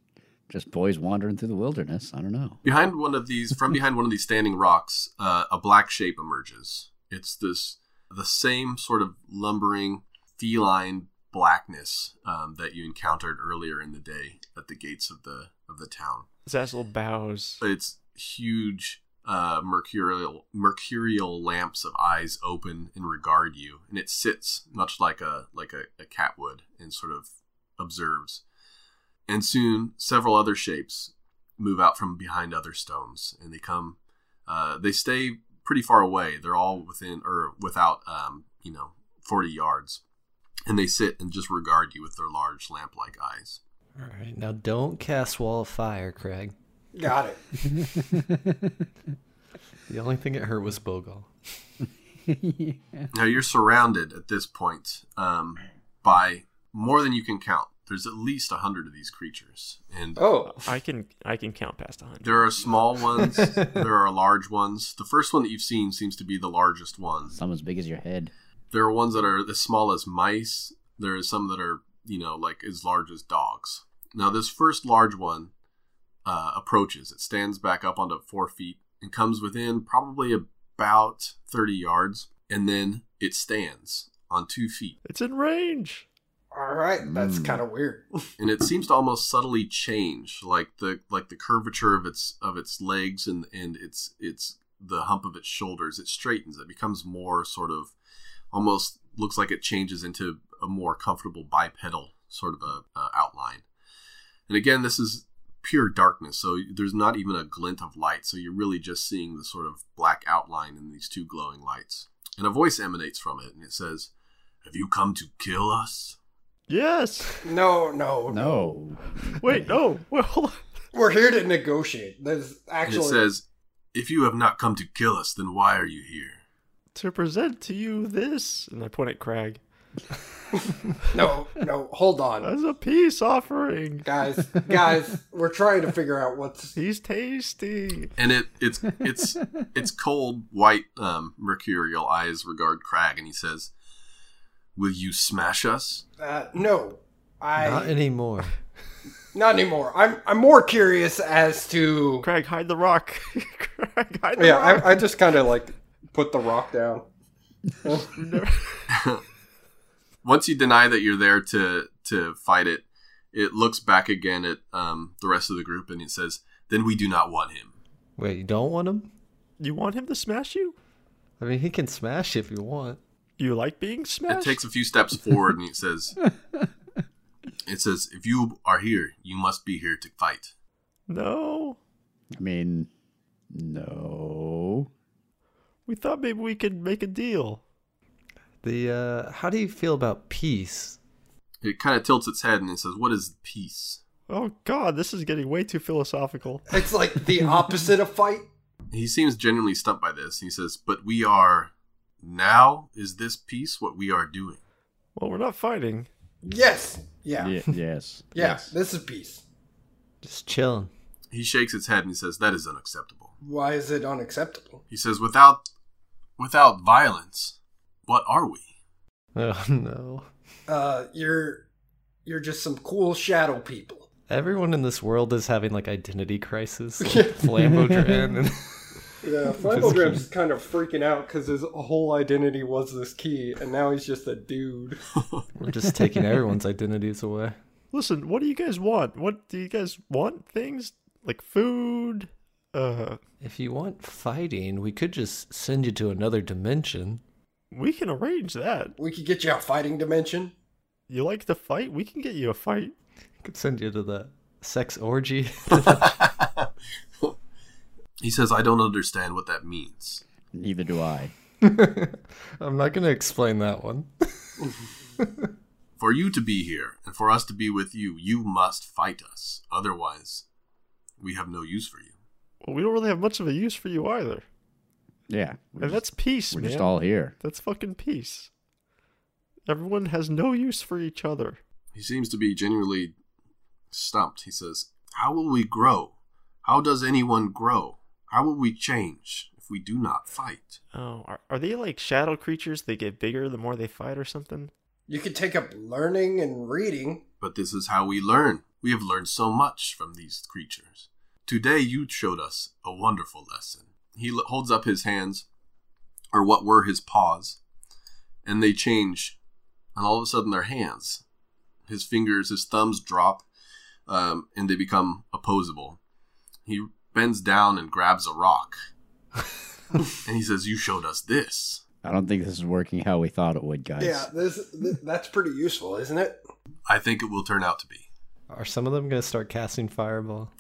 Speaker 4: just boys wandering through the wilderness. I don't know.
Speaker 3: Behind one of these, from behind one of these standing rocks, uh, a black shape emerges. It's this the same sort of lumbering feline blackness um, that you encountered earlier in the day at the gates of the of the town.
Speaker 5: Zazzle bows.
Speaker 3: its huge uh, mercurial mercurial lamps of eyes open and regard you, and it sits much like a like a, a cat would and sort of observes. And soon, several other shapes move out from behind other stones, and they come. Uh, they stay pretty far away. They're all within or without, um, you know, forty yards, and they sit and just regard you with their large lamp-like eyes.
Speaker 8: All right, now don't cast Wall of Fire, Craig.
Speaker 6: Got it.
Speaker 8: The only thing it hurt was Bogal.
Speaker 3: Now you're surrounded at this point um, by more than you can count. There's at least a hundred of these creatures, and
Speaker 6: Oh,
Speaker 5: I can I can count past hundred.
Speaker 3: there are small ones. there are large ones. The first one that you've seen seems to be the largest one.
Speaker 4: Some as big as your head.
Speaker 3: There are ones that are as small as mice. There are some that are you know, like as large as dogs. Now, this first large one uh, approaches. It stands back up onto four feet and comes within probably about 30 yards, and then it stands on two feet.
Speaker 5: It's in range.
Speaker 6: All right, that's kind of weird.
Speaker 3: and it seems to almost subtly change like the like the curvature of its of its legs and and its its the hump of its shoulders it straightens it becomes more sort of almost looks like it changes into a more comfortable bipedal sort of a, a outline and again this is pure darkness so there's not even a glint of light so you're really just seeing the sort of black outline in these two glowing lights and a voice emanates from it and it says have you come to kill us
Speaker 5: Yes.
Speaker 6: No, no,
Speaker 4: No.
Speaker 5: Wait, no. Well, hold on.
Speaker 6: We're here to negotiate. There's
Speaker 3: And it
Speaker 6: actually
Speaker 3: says, If you have not come to kill us, then why are you here?
Speaker 5: to present to you this, and I point at Crag
Speaker 6: no, no. Hold on,
Speaker 5: as a peace offering.
Speaker 6: guys, guys. We're trying to figure out what's.
Speaker 5: He's tasty.
Speaker 3: And it it's it's it's cold white um, mercurial eyes regard Crag, and he says, "Will you smash us?"
Speaker 6: Uh, no, I
Speaker 8: Not
Speaker 6: not,
Speaker 8: anymore.
Speaker 6: anymore. I'm I'm more curious as to.
Speaker 5: Crag, hide the rock. [LAUGHS] Crag, hide the
Speaker 6: Oh, Yeah,
Speaker 5: rock.
Speaker 6: I, I just kind of like put the rock down.
Speaker 3: Once you deny that you're there to to fight it, it looks back again at um, the rest of the group, and it says, "Then we do not want him."
Speaker 8: Wait, you don't want him?
Speaker 5: You want him to smash you?
Speaker 8: I mean, he can smash if you want.
Speaker 5: You like being
Speaker 3: It
Speaker 5: smashed?
Speaker 3: takes a few steps forward, and it says. It says, if you are here, you must be here to fight.
Speaker 5: no.
Speaker 4: I mean, no.
Speaker 5: We thought maybe we could make a deal.
Speaker 8: The uh, how do you feel about peace?
Speaker 3: It kind of tilts its head and it says, What is peace?
Speaker 5: Oh God, this is getting way too philosophical.
Speaker 6: It's like [LAUGHS] the opposite of fight.
Speaker 3: he seems genuinely stumped by this. He says, "But we are now. Is this piece what we are doing?"
Speaker 5: Well, we're not fighting.
Speaker 6: Yes. Yeah. Yeah.
Speaker 4: Ye- yes.
Speaker 6: This is peace.
Speaker 8: Just chilling.
Speaker 3: He shakes his head and he says, "That is unacceptable."
Speaker 6: Why is it unacceptable?
Speaker 3: He says, "Without, without violence, what are we?"
Speaker 8: Oh [LAUGHS] no.
Speaker 6: Uh, you're you're just some cool shadow people.
Speaker 8: Everyone in this world is having like identity [LAUGHS] crisis. Like, Flamodran [LAUGHS] and
Speaker 6: Yeah, Flambogram's kind of freaking out because his whole identity was this key, and now he's just a dude.
Speaker 8: we're just taking everyone's identities away.
Speaker 5: Listen, what do you guys want? What do you guys want? Things like food. Uh,
Speaker 8: If you want fighting, we could just send you to another dimension.
Speaker 5: we can arrange that.
Speaker 6: We could get you a fighting dimension.
Speaker 5: You like to fight? We can get you a fight.
Speaker 8: Could send you to the sex orgy. [LAUGHS]
Speaker 3: He says, "I don't understand what that means."
Speaker 4: Neither do I.
Speaker 8: I'm not gonna explain that one.
Speaker 3: For you to be here and for us to be with you, you must fight us. Otherwise, we have no use for you.
Speaker 5: Well, we don't really have much of a use for you either.
Speaker 4: Yeah. We're,
Speaker 5: And
Speaker 4: just,
Speaker 5: that's peace,
Speaker 4: we're
Speaker 5: man.
Speaker 4: just all here.
Speaker 5: That's fucking peace. Everyone has no use for each other.
Speaker 3: He seems to be genuinely stumped. He says, How will we grow? How does anyone grow? How will we change if we do not fight?
Speaker 5: Oh, are, are they like shadow creatures? They get bigger the more they fight or something?
Speaker 6: You could take up learning and reading.
Speaker 3: But this is how we learn. We have learned so much from these creatures. Today you showed us a wonderful lesson. He l- holds up his hands, or what were his paws, and they change, and all of a sudden they're hands. His fingers, his thumbs drop, um, and they become opposable. He bends down and grabs a rock, and he says, "You showed us this."
Speaker 4: I don't think this is working how we thought it would, guys.
Speaker 6: Yeah, this th- that's pretty useful, isn't it?
Speaker 3: I think it will turn out to be.
Speaker 8: Are some of them gonna start casting fireball?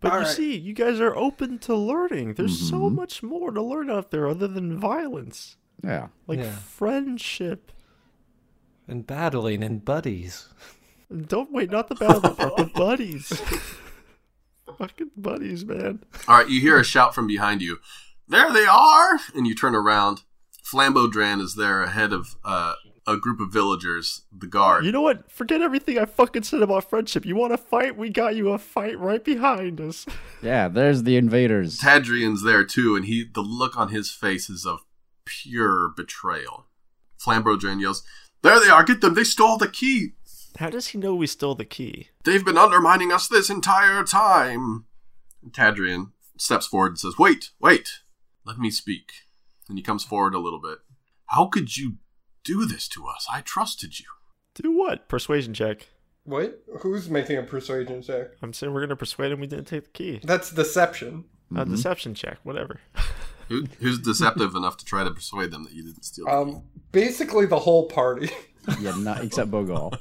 Speaker 5: But
Speaker 6: All
Speaker 5: you
Speaker 6: right.
Speaker 5: see, you guys are open to learning. There's so much more to learn out there other than violence,
Speaker 4: [LAUGHS] Yeah.
Speaker 5: like
Speaker 8: Yeah.
Speaker 5: friendship.
Speaker 8: And battling and buddies.
Speaker 5: And Don't wait, not the battle, but [LAUGHS] the buddies. Fucking buddies, man.
Speaker 3: All right, you hear a shout from behind you. There they are! And you turn around. Flambeaudran is there ahead of uh, a group of villagers, the guard.
Speaker 5: You know what? Forget everything I fucking said about friendship. You want a fight? We got you a fight right behind us.
Speaker 4: Yeah, there's the invaders.
Speaker 3: Tadrian's there too, and he the look on his face is of pure betrayal. Flambeaudran yells, There they are. Get them. They stole the key.
Speaker 5: [LAUGHS] How does he know we stole the key?
Speaker 3: They've been undermining us this entire time. Tadrian steps forward and says, Wait, wait, let me speak. And he comes forward a little bit. How could you do this to us? I trusted you.
Speaker 5: Do what? Persuasion check.
Speaker 6: What? Who's making a persuasion check?
Speaker 5: I'm saying we're gonna persuade him we didn't take the key.
Speaker 6: That's deception.
Speaker 5: A deception check, whatever.
Speaker 3: Who, who's deceptive [LAUGHS] enough to try to persuade them that you didn't steal the key?
Speaker 6: Um, basically the whole party.
Speaker 4: Yeah, not except Bogal.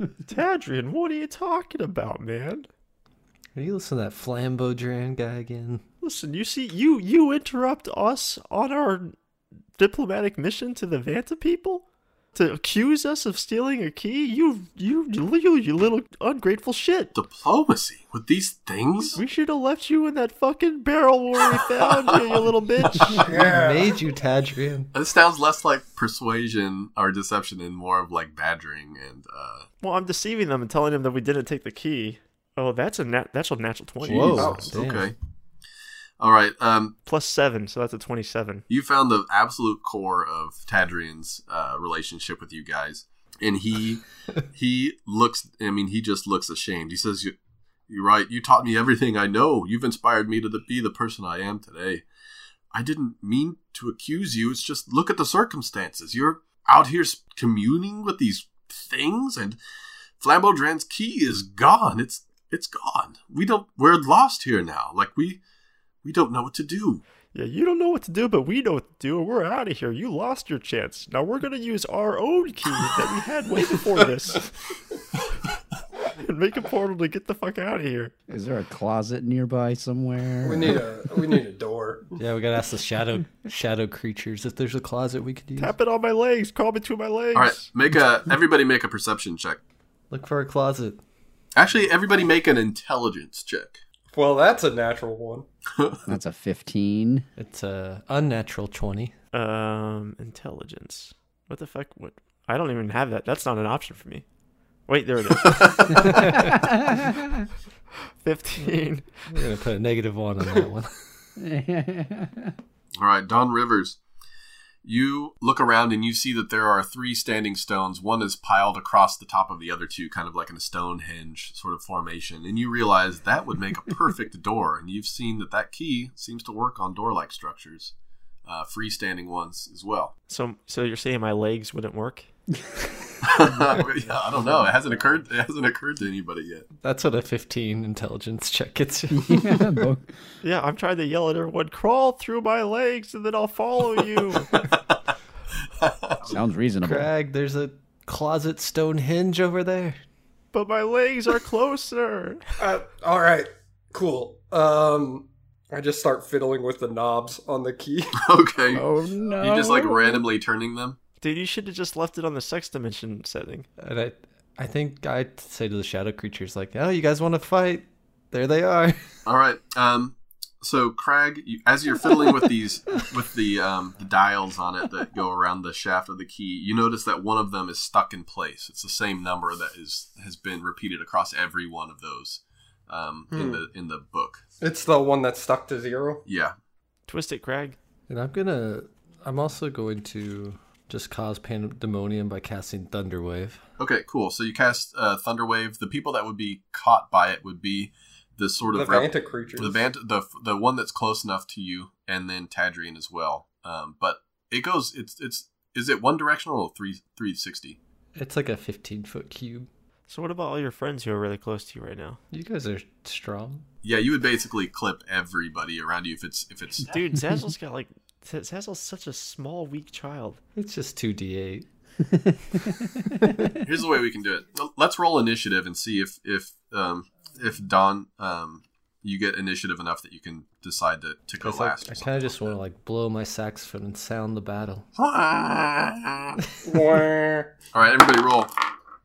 Speaker 5: Tadrian, what are you talking about, man?
Speaker 8: Are you listening to that Flambeau Dran guy again?
Speaker 5: Listen, you see, you you interrupt us on our diplomatic mission to the Vanta people to accuse us of stealing a key. You you you, you, you little ungrateful shit.
Speaker 3: Diplomacy with these things?
Speaker 5: We should have left you in that fucking barrel where we found you, you
Speaker 3: [LAUGHS]
Speaker 5: little bitch.
Speaker 8: Yeah. Made you Tadrian.
Speaker 3: This sounds less like persuasion or deception and more of like badgering and uh
Speaker 5: Well, I'm deceiving them and telling them that we didn't take the key. Oh, that's a nat- that's a natural twenty.
Speaker 8: Whoa.
Speaker 3: Oh,
Speaker 8: damn.
Speaker 3: okay. All right. Um
Speaker 5: Plus seven, so that's a twenty-seven.
Speaker 3: you found the absolute core of Tadrian's uh, relationship with you guys, and he he looks. I mean, he just looks ashamed. He says, "You, you're right. You taught me everything I know. You've inspired me to the, be the person I am today. I didn't mean to accuse you. It's just look at the circumstances. You're out here s- communing with these things, and Flambeaudran's key is gone. It's it's gone. We don't. We're lost here now. Like we." We don't know what to do.
Speaker 5: Yeah, you don't know what to do, but we know what to do, and we're out of here. You lost your chance. Now we're gonna use our own key that we had way
Speaker 3: [LAUGHS]
Speaker 5: before this, [LAUGHS] and make a portal to get the fuck out of here.
Speaker 4: Is there a closet nearby somewhere?
Speaker 6: [LAUGHS] We need a we need a door.
Speaker 8: Yeah, we gotta ask the shadow shadow creatures if there's a closet we could use.
Speaker 5: Tap it on my legs. Crawl between my legs.
Speaker 3: All right, make
Speaker 4: [LAUGHS]
Speaker 3: a everybody make a perception check.
Speaker 8: Look for a closet.
Speaker 3: Actually, everybody make an intelligence check.
Speaker 6: Well, that's a natural one.
Speaker 4: That's a 15.
Speaker 8: It's a unnatural twenty.
Speaker 5: Um, intelligence. What the fuck? What? I don't even have that. That's not an option for me. Wait, there it is. [LAUGHS] Fifteen.
Speaker 8: We're gonna put a negative one on [LAUGHS] that one.
Speaker 3: All right, Don Rivers. You look around and you see that there are three standing stones. One is piled across the top of the other two, kind of like in a Stonehenge sort of formation. And you realize that would
Speaker 4: [LAUGHS]
Speaker 3: make a perfect door. And you've seen that that key seems to work on door-like structures, uh, freestanding ones as well. [LAUGHS]
Speaker 5: So, so you're saying my legs wouldn't work?
Speaker 3: Yeah, I don't know. It hasn't occurred. It hasn't occurred to anybody yet. [LAUGHS]
Speaker 8: That's what a fifteen intelligence check gets [LAUGHS] you.
Speaker 4: Yeah, Bo-
Speaker 5: Yeah, I'm trying to yell at everyone. Crawl through my legs, and then I'll follow you.
Speaker 4: sounds reasonable.
Speaker 8: Crag, there's a closet Stonehenge over there.
Speaker 5: but my legs are closer.
Speaker 6: Uh, all right, cool. Um, I just start fiddling with the knobs on the key.
Speaker 3: Okay,
Speaker 4: Oh no!
Speaker 3: you just like randomly turning them.
Speaker 5: Dude, you should have just left it on the sex dimension setting.
Speaker 8: And I I think I'd say to the shadow creatures like, Oh, you guys wanna fight? There they are. [LAUGHS]
Speaker 3: All right. Um, so Crag, you, as you're fiddling with these with the um, the dials on it that go around the shaft of the key, you notice that one of them is stuck in place. It's the same number that is has been repeated across every one of those um, in the in the book.
Speaker 6: It's the one that's stuck to zero.
Speaker 3: Yeah.
Speaker 5: Twist it, Crag.
Speaker 8: And I'm gonna I'm also going to just cause pandemonium by casting Thunderwave.
Speaker 3: Okay. Cool. So you cast uh, Thunderwave. The people that would be caught by it would be the sort
Speaker 6: The
Speaker 3: of rep-
Speaker 6: Vanta creatures.
Speaker 3: the van the the one that's close enough to you, and then Tadrian as well. Um, but it goes. It's it's is it one directional or three three sixty?
Speaker 8: It's like a fifteen foot cube.
Speaker 5: So what about all your friends who are really close to you right now?
Speaker 8: You guys are strong.
Speaker 3: Yeah, you would basically clip everybody around you if it's if it's
Speaker 5: Dude, Zazzle's got like Z- Zazzle's such a small, weak child.
Speaker 8: It's just two D eight.
Speaker 3: here's the way we can do it. L- Let's roll initiative and see if if um if Don um you get initiative enough that you can decide to, to go
Speaker 8: It's like-
Speaker 3: last.
Speaker 8: I kind of just want to like blow my saxophone and sound the battle.
Speaker 6: [LAUGHS] Wah.
Speaker 3: All right, everybody roll.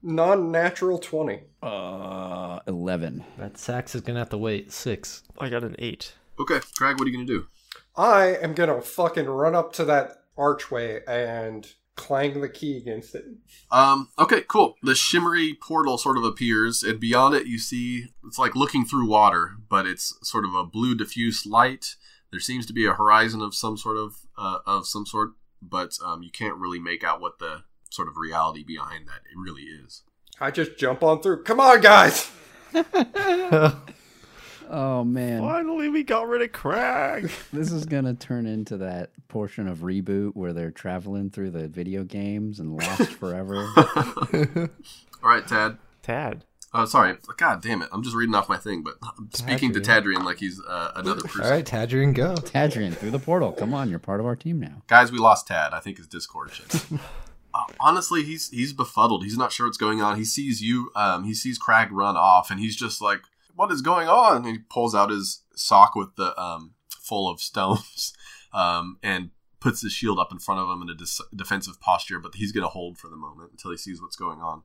Speaker 6: Non-natural twenty.
Speaker 4: Uh, eleven.
Speaker 8: That sax is gonna have to wait six.
Speaker 5: I got an eight.
Speaker 3: Okay, Craig, what are you gonna do?
Speaker 6: I am gonna fucking run up to that archway and clang the key against it.
Speaker 3: Um, okay, cool. The shimmery portal sort of appears, and beyond it, you see it's like looking through water, but it's sort of a blue diffuse light. There seems to be a horizon of some sort of uh, of some sort, but um, you can't really make out what the sort of reality behind that. It really is.
Speaker 6: I just jump on through. Come on, guys.
Speaker 4: Oh man,
Speaker 5: Finally, we got rid of Craig.
Speaker 4: this is gonna turn into that portion of reboot where they're traveling through the video games and lost forever.
Speaker 3: All right, Tad.
Speaker 5: [LAUGHS] Tad.
Speaker 3: Oh, sorry. God damn it. I'm just reading off my thing, but I'm speaking to Tadrian like he's uh, another person.
Speaker 7: All right, Tadrian, go.
Speaker 4: Tadrian through the portal. Come on, you're part of our team now.
Speaker 3: Guys, we lost Tad. I think his Discord shit. Uh, Honestly, he's he's befuddled. He's not sure what's going on. He sees you. Um, he sees Crag run off, and he's just like, "What is going on?" And he pulls out his sock with the um, full of stones, [LAUGHS] um, and puts his shield up in front of him in a dis- defensive posture. But he's going to hold for the moment until he sees what's going on.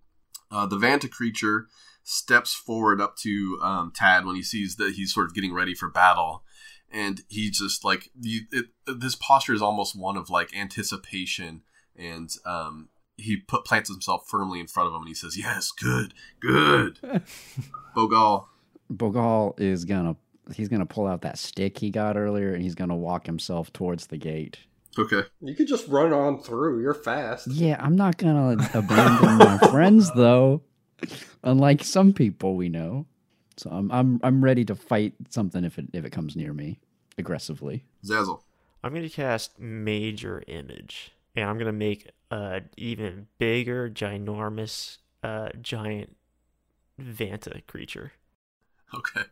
Speaker 3: Uh, the Vanta creature steps forward up to um, Tad when he sees that he's sort of getting ready for battle, and he just like you, it, this posture is almost one of like anticipation and um, he put plants himself firmly in front of him and he says yes good good bogal
Speaker 4: Bogal is gonna he's gonna pull out that stick he got earlier and he's gonna walk himself towards the gate.
Speaker 3: okay
Speaker 6: You could just run on through. You're fast.
Speaker 4: Yeah, I'm not gonna abandon my friends though. Unlike some people we know. So I'm I'm I'm ready to fight something if it if it comes near me aggressively.
Speaker 3: zazzle
Speaker 5: I'm gonna cast Major Image, and I'm gonna make an even bigger, ginormous, uh, giant Vanta creature.
Speaker 3: okay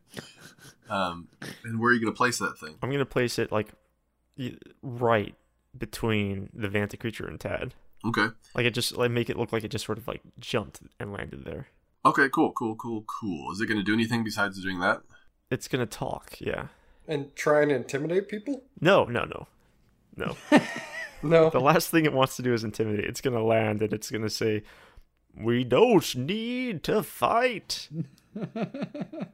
Speaker 3: um and where are you gonna place that thing
Speaker 5: I'm gonna place it like y- right between the Vanta creature and Tad.
Speaker 3: okay
Speaker 5: Like it just like make it look like it just sort of like jumped and landed there.
Speaker 3: okay cool cool cool cool is it gonna do anything besides doing that
Speaker 5: It's gonna talk, yeah.
Speaker 6: And try and intimidate people?
Speaker 5: No, no, no. No.
Speaker 6: No.
Speaker 5: the last thing it wants to do is intimidate. It's gonna land and it's gonna say, We don't need to fight.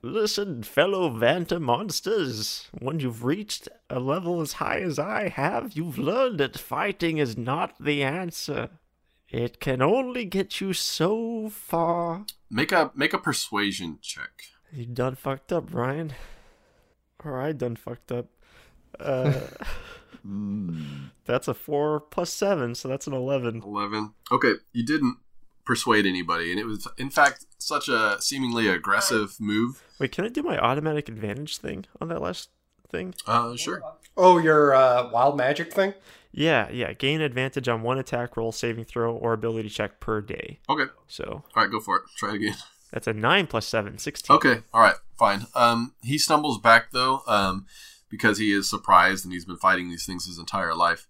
Speaker 5: Listen, fellow Vanta monsters, when you've reached a level as high as I have, you've learned that fighting is not the answer. It can only get you so far.
Speaker 3: make a make a persuasion check
Speaker 5: You done fucked up, Ryan. Or I done fucked up. Uh, that's a four plus seven, so that's an eleven.
Speaker 3: 11 okay you didn't persuade anybody and it was in fact such a seemingly aggressive move
Speaker 5: Wait, can I do my automatic advantage thing on that last thing?
Speaker 3: uh sure
Speaker 6: Oh, your uh, wild magic thing?
Speaker 5: Yeah, yeah. Gain advantage on one attack roll, saving throw, or ability check per day.
Speaker 3: okay
Speaker 5: So
Speaker 3: all right go for it try it again
Speaker 5: that's a nine plus seven, 16.
Speaker 3: Okay. All right. Fine. Um, he stumbles back though, um, because he is surprised and he's been fighting these things his entire life,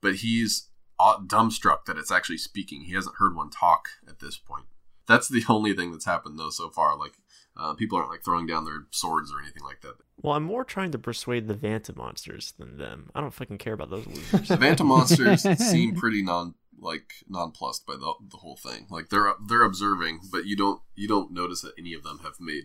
Speaker 3: but he's uh, dumbstruck that it's actually speaking. He hasn't heard one talk at this point. That's the [LAUGHS] only thing that's happened though so far. Like, uh, people aren't like throwing down their swords or anything like that.
Speaker 5: Well, I'm more trying to persuade the Vanta monsters than them. I don't fucking care about those losers.
Speaker 3: The Vanta monsters
Speaker 8: [LAUGHS]
Speaker 3: seem pretty non like nonplussed by the the whole thing. Like they're they're observing, but you don't you don't notice that any of them have made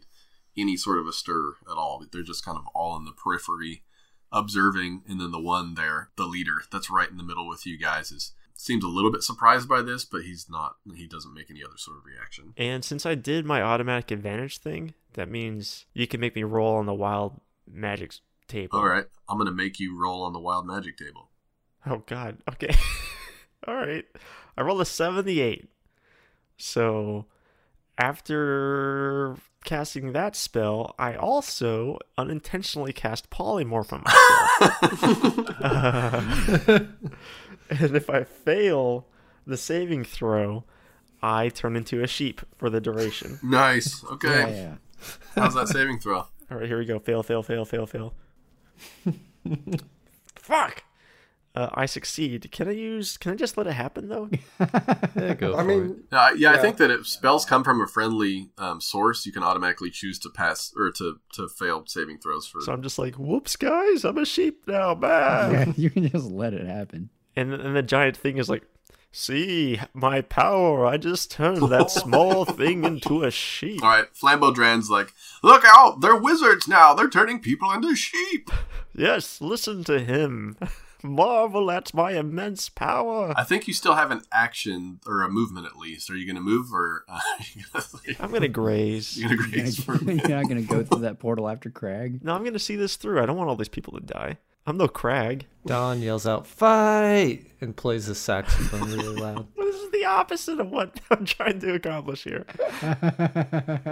Speaker 3: any sort of a stir at all. They're just kind of all in the periphery observing and then the one there, the leader that's right in the middle with you guys is seems a little bit surprised by this, but he's not he doesn't make any other sort of reaction.
Speaker 5: and since I did my automatic advantage thing, that means you can make me roll on the wild magic table.
Speaker 3: All right, I'm going to make you roll on the wild magic table.
Speaker 5: Oh God. Okay. [LAUGHS] All right. I rolled a seventy-eight. So after casting that spell, I also unintentionally cast polymorph on myself. Uh, [LAUGHS] and if I fail the saving throw, I turn into a sheep for the duration.
Speaker 3: Nice. Okay.
Speaker 4: Yeah.
Speaker 3: How's that saving throw?
Speaker 5: All right, here we go. Fail, fail, fail, fail, fail. Fuck. Uh, I succeed. Can I use? Can I just let it happen though?
Speaker 8: Yeah,
Speaker 6: [LAUGHS]
Speaker 8: go
Speaker 6: I
Speaker 8: for
Speaker 6: mean,
Speaker 3: No, I- yeah, I think that if spells come from a friendly um, source, you can automatically choose to pass or to to fail saving throws for.
Speaker 5: So I'm just like, whoops, guys, I'm a sheep now, man.
Speaker 4: [LAUGHS] you can just let it happen.
Speaker 5: and and the giant thing is like, see my power. I just turned that small thing into a sheep.
Speaker 3: All right, Flambeaudran's like, look out! They're wizards now. They're turning people into sheep.
Speaker 5: Yes, listen to him. Marvel at my immense power.
Speaker 3: I think you still have an action or a movement at least. Are you going to move or [LAUGHS] uh, are you going
Speaker 5: I'm gonna graze.
Speaker 3: to graze for? [LAUGHS]
Speaker 4: [LAUGHS] You're not gonna go through that portal after Crag.
Speaker 5: No, I'm gonna see this through. I don't want all these people to die. I'm no crag.
Speaker 8: Don yells out, fight! And plays the saxophone really loud.
Speaker 5: [LAUGHS] What is is the opposite of what [LAUGHS] I'm trying to accomplish here.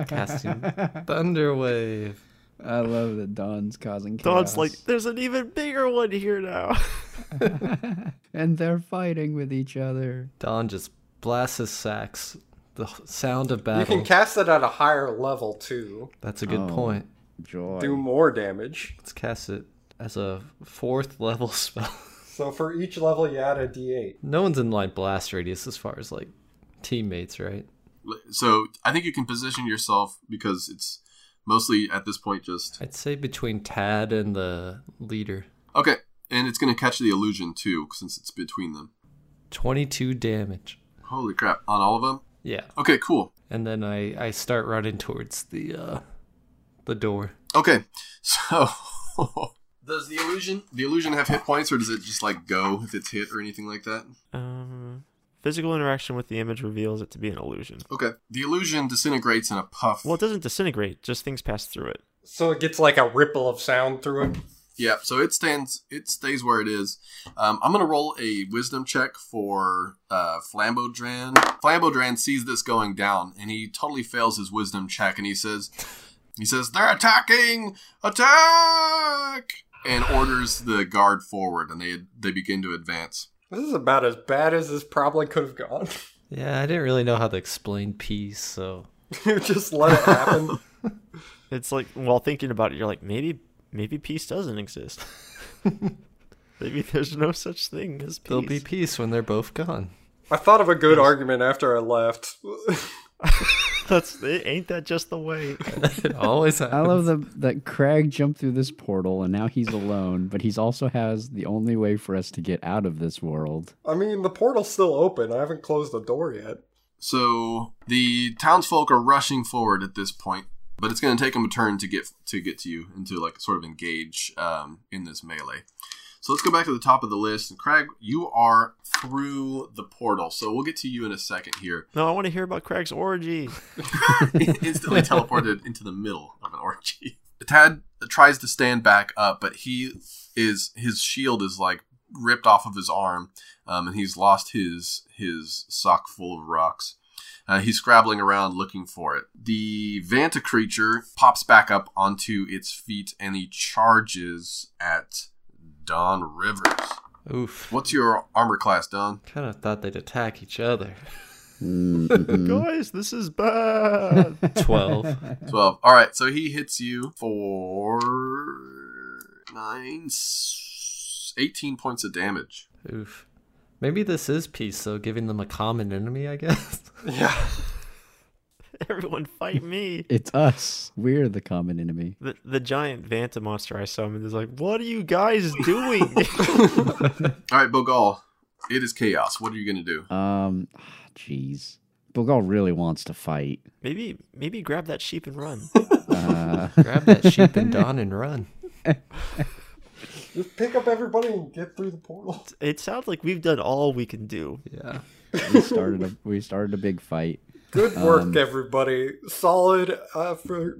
Speaker 8: Casting Thunderwave.
Speaker 4: I love that Dawn's causing chaos.
Speaker 5: Dawn's like, there's an even bigger one here now. [LAUGHS]
Speaker 4: and they're fighting with each other.
Speaker 8: Don just blasts his sax. The sound of battle.
Speaker 6: You can cast it at a higher level too.
Speaker 8: That's a good
Speaker 4: Oh.
Speaker 8: point.
Speaker 4: Joy.
Speaker 6: Do more damage.
Speaker 8: Let's cast it as a fourth [LAUGHS] level spell.
Speaker 6: So for each level, you add a D8.
Speaker 8: no one's in like blast radius as far as like teammates, right?
Speaker 3: So I think you can position yourself because it's mostly at this point just
Speaker 8: I'd say between Tad and the leader.
Speaker 3: okay, and it's going to catch the illusion too since it's between them.
Speaker 8: 22 damage.
Speaker 3: Holy crap! On all of them.
Speaker 8: Yeah.
Speaker 3: Okay, cool.
Speaker 8: And then I I start running towards the uh the door.
Speaker 3: Okay, [LAUGHS] so does the illusion the illusion have hit points or does it just like go if it's hit or anything like that?
Speaker 5: Um, physical interaction with the image reveals it to be an illusion.
Speaker 3: Okay, the illusion disintegrates in a puff.
Speaker 5: Well, it doesn't disintegrate; just things pass through it.
Speaker 6: So it gets like a ripple of sound through it.
Speaker 3: Yeah, so it stands, it stays where it is. Um, I'm gonna roll a wisdom check for uh, Flambaudran. Flambaudran sees this going down, and he totally fails his wisdom check, and he says, he says, "They're attacking! Attack!" and orders the guard forward, and they they begin to advance.
Speaker 6: This is about as bad as this probably could have gone. [LAUGHS]
Speaker 8: Yeah, I didn't really know how to explain peace, so
Speaker 6: you just let
Speaker 5: [LAUGHS]
Speaker 6: it happen.
Speaker 5: It's like while thinking about it, you're like, maybe, maybe peace doesn't
Speaker 8: [LAUGHS]
Speaker 5: exist. maybe there's no such thing as peace.
Speaker 8: there'll be peace when they're both gone.
Speaker 6: I thought of a good argument after I left.
Speaker 5: [LAUGHS] That's it. Ain't that just the way?
Speaker 8: [LAUGHS] It always
Speaker 4: I
Speaker 8: happens.
Speaker 4: love the, that Craig jumped through this portal and now he's alone, but he's also has the only way for us to get out of this world.
Speaker 6: I mean, the portal's still open. I haven't closed the door yet.
Speaker 3: So the townsfolk are rushing forward at this point, but it's going to take them a turn to get to get to you and to like sort of engage um, in this melee. So let's go back to the top of the list. And Craig, you are through the portal, so we'll get to you in a second here.
Speaker 5: No, I want to hear about Craig's orgy.
Speaker 3: Instantly teleported into the middle of an orgy. Tad tries to stand back up, but he is his shield is like ripped off of his arm, um, and he's lost his his sock full of rocks. Uh, he's scrabbling around looking for it. The Vanta creature pops back up onto its feet and he charges at Don Rivers.
Speaker 8: Oof.
Speaker 3: What's your armor class, Don?
Speaker 8: Kind of thought they'd attack each other. Hmm.
Speaker 5: Guys, this is bad. [LAUGHS]
Speaker 8: 12.
Speaker 3: 12. All right, so he hits you for 9 s- 18 points of damage.
Speaker 8: Oof. Maybe this is peace, though, giving them a common enemy, I [LAUGHS] guess.
Speaker 6: Yeah.
Speaker 5: Everyone fight me.
Speaker 4: [LAUGHS] It's us. We're the common enemy.
Speaker 5: The, the giant Vanta monster I summoned is like, what are you guys doing? [LAUGHS]
Speaker 3: All right, Bogal, it is chaos. What are you going to do?
Speaker 4: Um, ah, jeez. Bogal really wants to fight.
Speaker 5: maybe maybe grab that sheep and run.
Speaker 4: Uh,
Speaker 8: Grab that sheep and Don and run.
Speaker 6: Just pick up everybody and get through the portal. [LAUGHS]
Speaker 5: It sounds like we've done all we can
Speaker 8: [LAUGHS]
Speaker 5: do.
Speaker 8: Yeah.
Speaker 4: we started a [LAUGHS] we started a big fight.
Speaker 6: Good work,
Speaker 5: Um,
Speaker 6: everybody. Solid effort.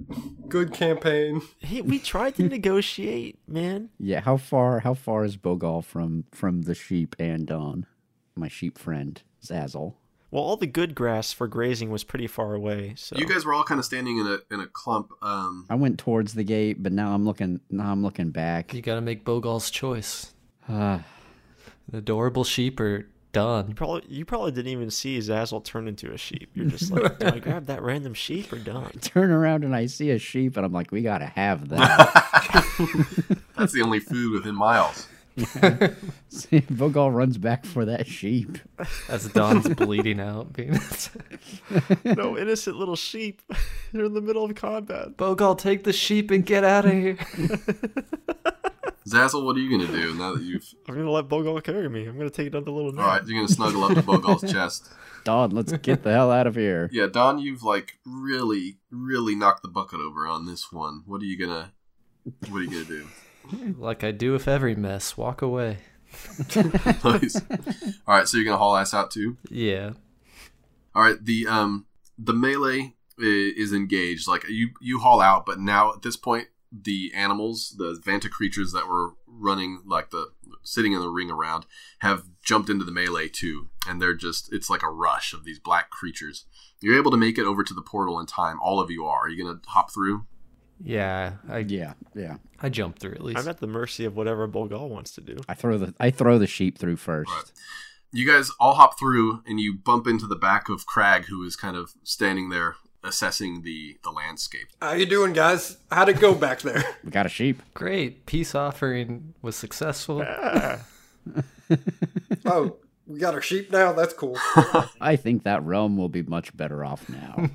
Speaker 6: Good campaign.
Speaker 5: Hey, we tried to negotiate, man.
Speaker 4: Yeah, how far how far is Bogal from from the sheep and Don? My sheep friend, Zazzle.
Speaker 5: Well, all the good grass for grazing was pretty far away, so
Speaker 3: You guys were all kind of standing in a in a clump. Um,
Speaker 4: I went towards the gate, but now I'm looking now I'm looking back. [SIGHS]
Speaker 8: You gotta make Bogal's choice.
Speaker 4: Ah,
Speaker 8: An adorable sheep or Don.
Speaker 5: probably you probably didn't even see Zazzle turn into a sheep. You're just like, do I grab that random sheep or don't?
Speaker 4: turn around and I see a sheep and I'm like, we gotta have that. [LAUGHS]
Speaker 3: that's the only food within miles.
Speaker 4: See, Bogal runs back for that sheep.
Speaker 8: As Don's [LAUGHS] bleeding out. Being
Speaker 5: [LAUGHS]
Speaker 8: [LAUGHS]
Speaker 5: no innocent little sheep. [LAUGHS] You're in the middle of combat.
Speaker 8: Bogal, take the sheep and get out of here.
Speaker 3: Zazzle, what are you going to do now that you've.
Speaker 5: I'm gonna let Bogal carry me. I'm gonna take another little nap.
Speaker 3: All right, you're going to snuggle up to Bogal's chest.
Speaker 4: Don, let's get the hell out of here.
Speaker 3: Yeah, Don, you've like really, really knocked the bucket over on this one. What are you going to. What are you going to do?
Speaker 8: [LAUGHS]
Speaker 3: [LAUGHS]
Speaker 8: Like I do with every mess. Walk away.
Speaker 3: Nice. All right, so you're going to haul ass out too?
Speaker 8: Yeah.
Speaker 3: All right, the um the melee i- is engaged. Like you you haul out, but now at this point, the animals, the Vanta creatures that were running, like the sitting in the ring around, have jumped into the melee too, and they're just it's like a rush of these black creatures. You're able to make it over to the portal in time. All of you are. Are you gonna hop through?
Speaker 8: Yeah, I
Speaker 4: Yeah, yeah.
Speaker 8: I jumped through at least.
Speaker 5: I'm at the mercy of whatever Bulgal wants to do.
Speaker 4: I throw the I throw the sheep through first.
Speaker 3: You guys all hop through, and you bump into the back of Crag, who is kind of standing there assessing the the landscape.
Speaker 6: How you doing, guys? How'd it go back
Speaker 5: [LAUGHS]
Speaker 6: there?
Speaker 4: We got a sheep.
Speaker 8: Great peace offering was successful.
Speaker 6: oh, we got our sheep now.
Speaker 5: [LAUGHS]
Speaker 6: That's cool.
Speaker 4: I think that realm will be much better off now.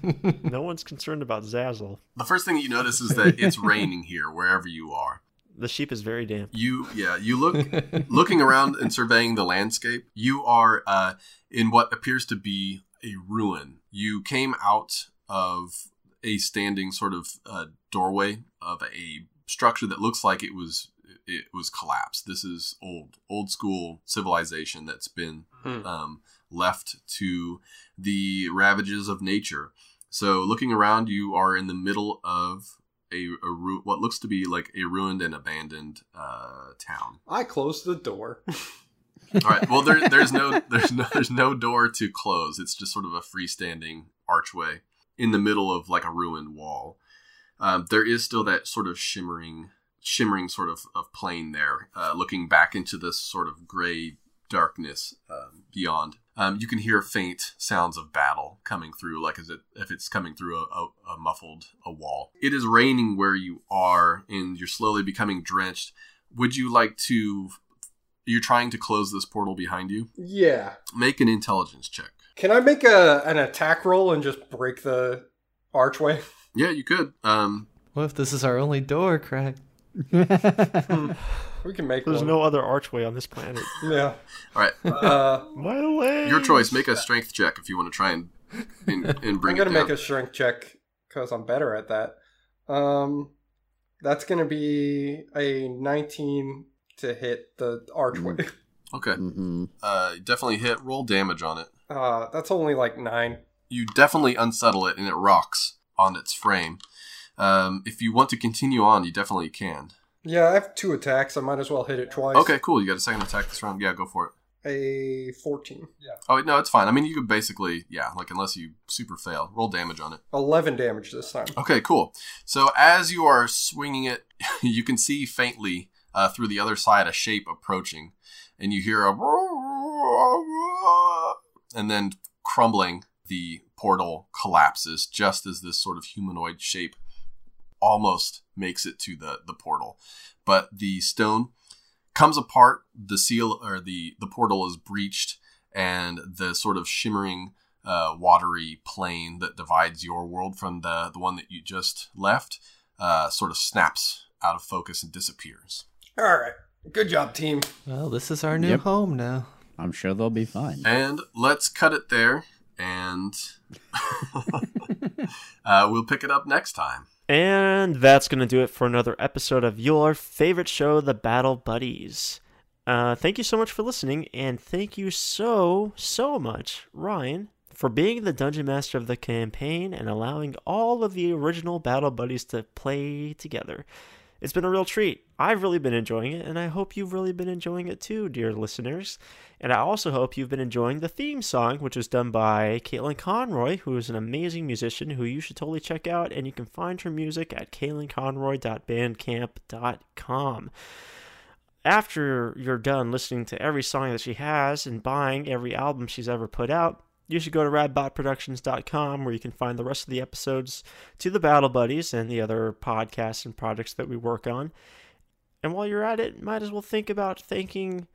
Speaker 5: No one's concerned about Zazzle.
Speaker 3: The first thing that you notice is that it's raining here, wherever you are.
Speaker 5: The sheep is very damp.
Speaker 3: You yeah, you look looking around and surveying the landscape. You are uh, in what appears to be a ruin. You came out of a standing sort of uh, doorway of a structure that looks like it was it was collapsed. This is old old school civilization that's been um, left to the ravages of nature. So looking around, you are in the middle of a, a ru- what looks to be like a ruined and abandoned uh, town.
Speaker 6: I closed the door.
Speaker 3: All right. Well, there, there's no there's no there's no door to close. It's just sort of a freestanding archway in the middle of like a ruined wall. Um, there is still that sort of shimmering shimmering sort of, of plane there, uh, looking back into this sort of gray darkness um, beyond. Um, you can hear faint sounds of battle coming through, like as it, if it's coming through a, a, a muffled a wall. It is raining where you are, and you're slowly becoming drenched. Would you like to you're trying to close this portal behind you.
Speaker 6: Yeah.
Speaker 3: Make an intelligence check.
Speaker 6: Can I make a an attack roll and just break the
Speaker 5: [LAUGHS]
Speaker 6: archway?
Speaker 3: Yeah, you could. Um,
Speaker 8: [LAUGHS] What if this is our only door, Craig?
Speaker 6: We can make
Speaker 5: There's
Speaker 6: one.
Speaker 5: no other archway on this planet.
Speaker 6: Yeah.
Speaker 3: all right,
Speaker 6: Uh,
Speaker 5: [LAUGHS] My leg.
Speaker 3: your choice. Make a strength check if you want to try and and, and
Speaker 6: I'm
Speaker 3: [LAUGHS] bring it
Speaker 6: gonna
Speaker 3: down.
Speaker 6: make a shrink check because I'm better at that. Um, that's gonna be a 19 to hit the archway.
Speaker 3: okay,
Speaker 4: hmm
Speaker 3: uh, definitely hit. Roll damage on it.
Speaker 6: [LAUGHS] Uh, that's only like nine.
Speaker 3: You definitely unsettle it, and it rocks on its frame. Um, if you want to continue on, you definitely can.
Speaker 6: Yeah, I have two attacks. I might as well hit it twice.
Speaker 3: Okay, cool. You got a second attack this round. Yeah, go for it.
Speaker 6: A 14. Yeah.
Speaker 3: Oh wait, no, it's fine. I mean, you could basically, yeah, like unless you super fail, roll damage on it.
Speaker 6: 11 damage this time.
Speaker 3: Okay, cool. So as you are swinging it, [LAUGHS] you can see faintly uh, through the other side a shape approaching, and you hear a [LAUGHS] and then crumbling. The portal collapses just as this sort of humanoid shape almost makes it to the the portal, but the stone comes apart. The seal or the the portal is breached, and the sort of shimmering uh, watery plane that divides your world from the, the one that you just left uh, sort of snaps out of focus and disappears.
Speaker 6: All right. Good job, team.
Speaker 8: Well, this is our new
Speaker 4: Yep.
Speaker 8: home now.
Speaker 4: I'm sure they'll be fine.
Speaker 3: And let's cut it there, and [LAUGHS] uh, we'll pick it up next time.
Speaker 5: And that's going to do it for another episode of your favorite show, The Battle Buddies. Uh, thank you so much for listening, and thank you so, so much, Ryan, for being the dungeon master of the campaign and allowing all of the original Battle Buddies to play together. It's been a real treat. I've really been enjoying it, and I hope you've really been enjoying it too, dear listeners. And I also hope you've been enjoying the theme song, which was done by Caitlin Conroy, who is an amazing musician who you should totally check out. And you can find her music at caitlinconroy.bandcamp.com after you're done listening to every song that she has and buying every album she's ever put out, you should go to radbotproductions.com where you can find the rest of the episodes to the Battle Buddies and the other podcasts and projects that we work on. And while you're at it, might as well think about thanking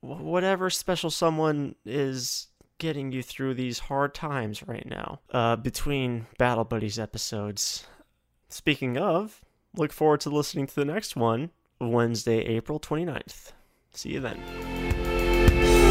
Speaker 5: wh- whatever special someone is getting you through these hard times right now uh, between Battle Buddies episodes. Speaking of, look forward to listening to the next one Wednesday, April 29th. See you then.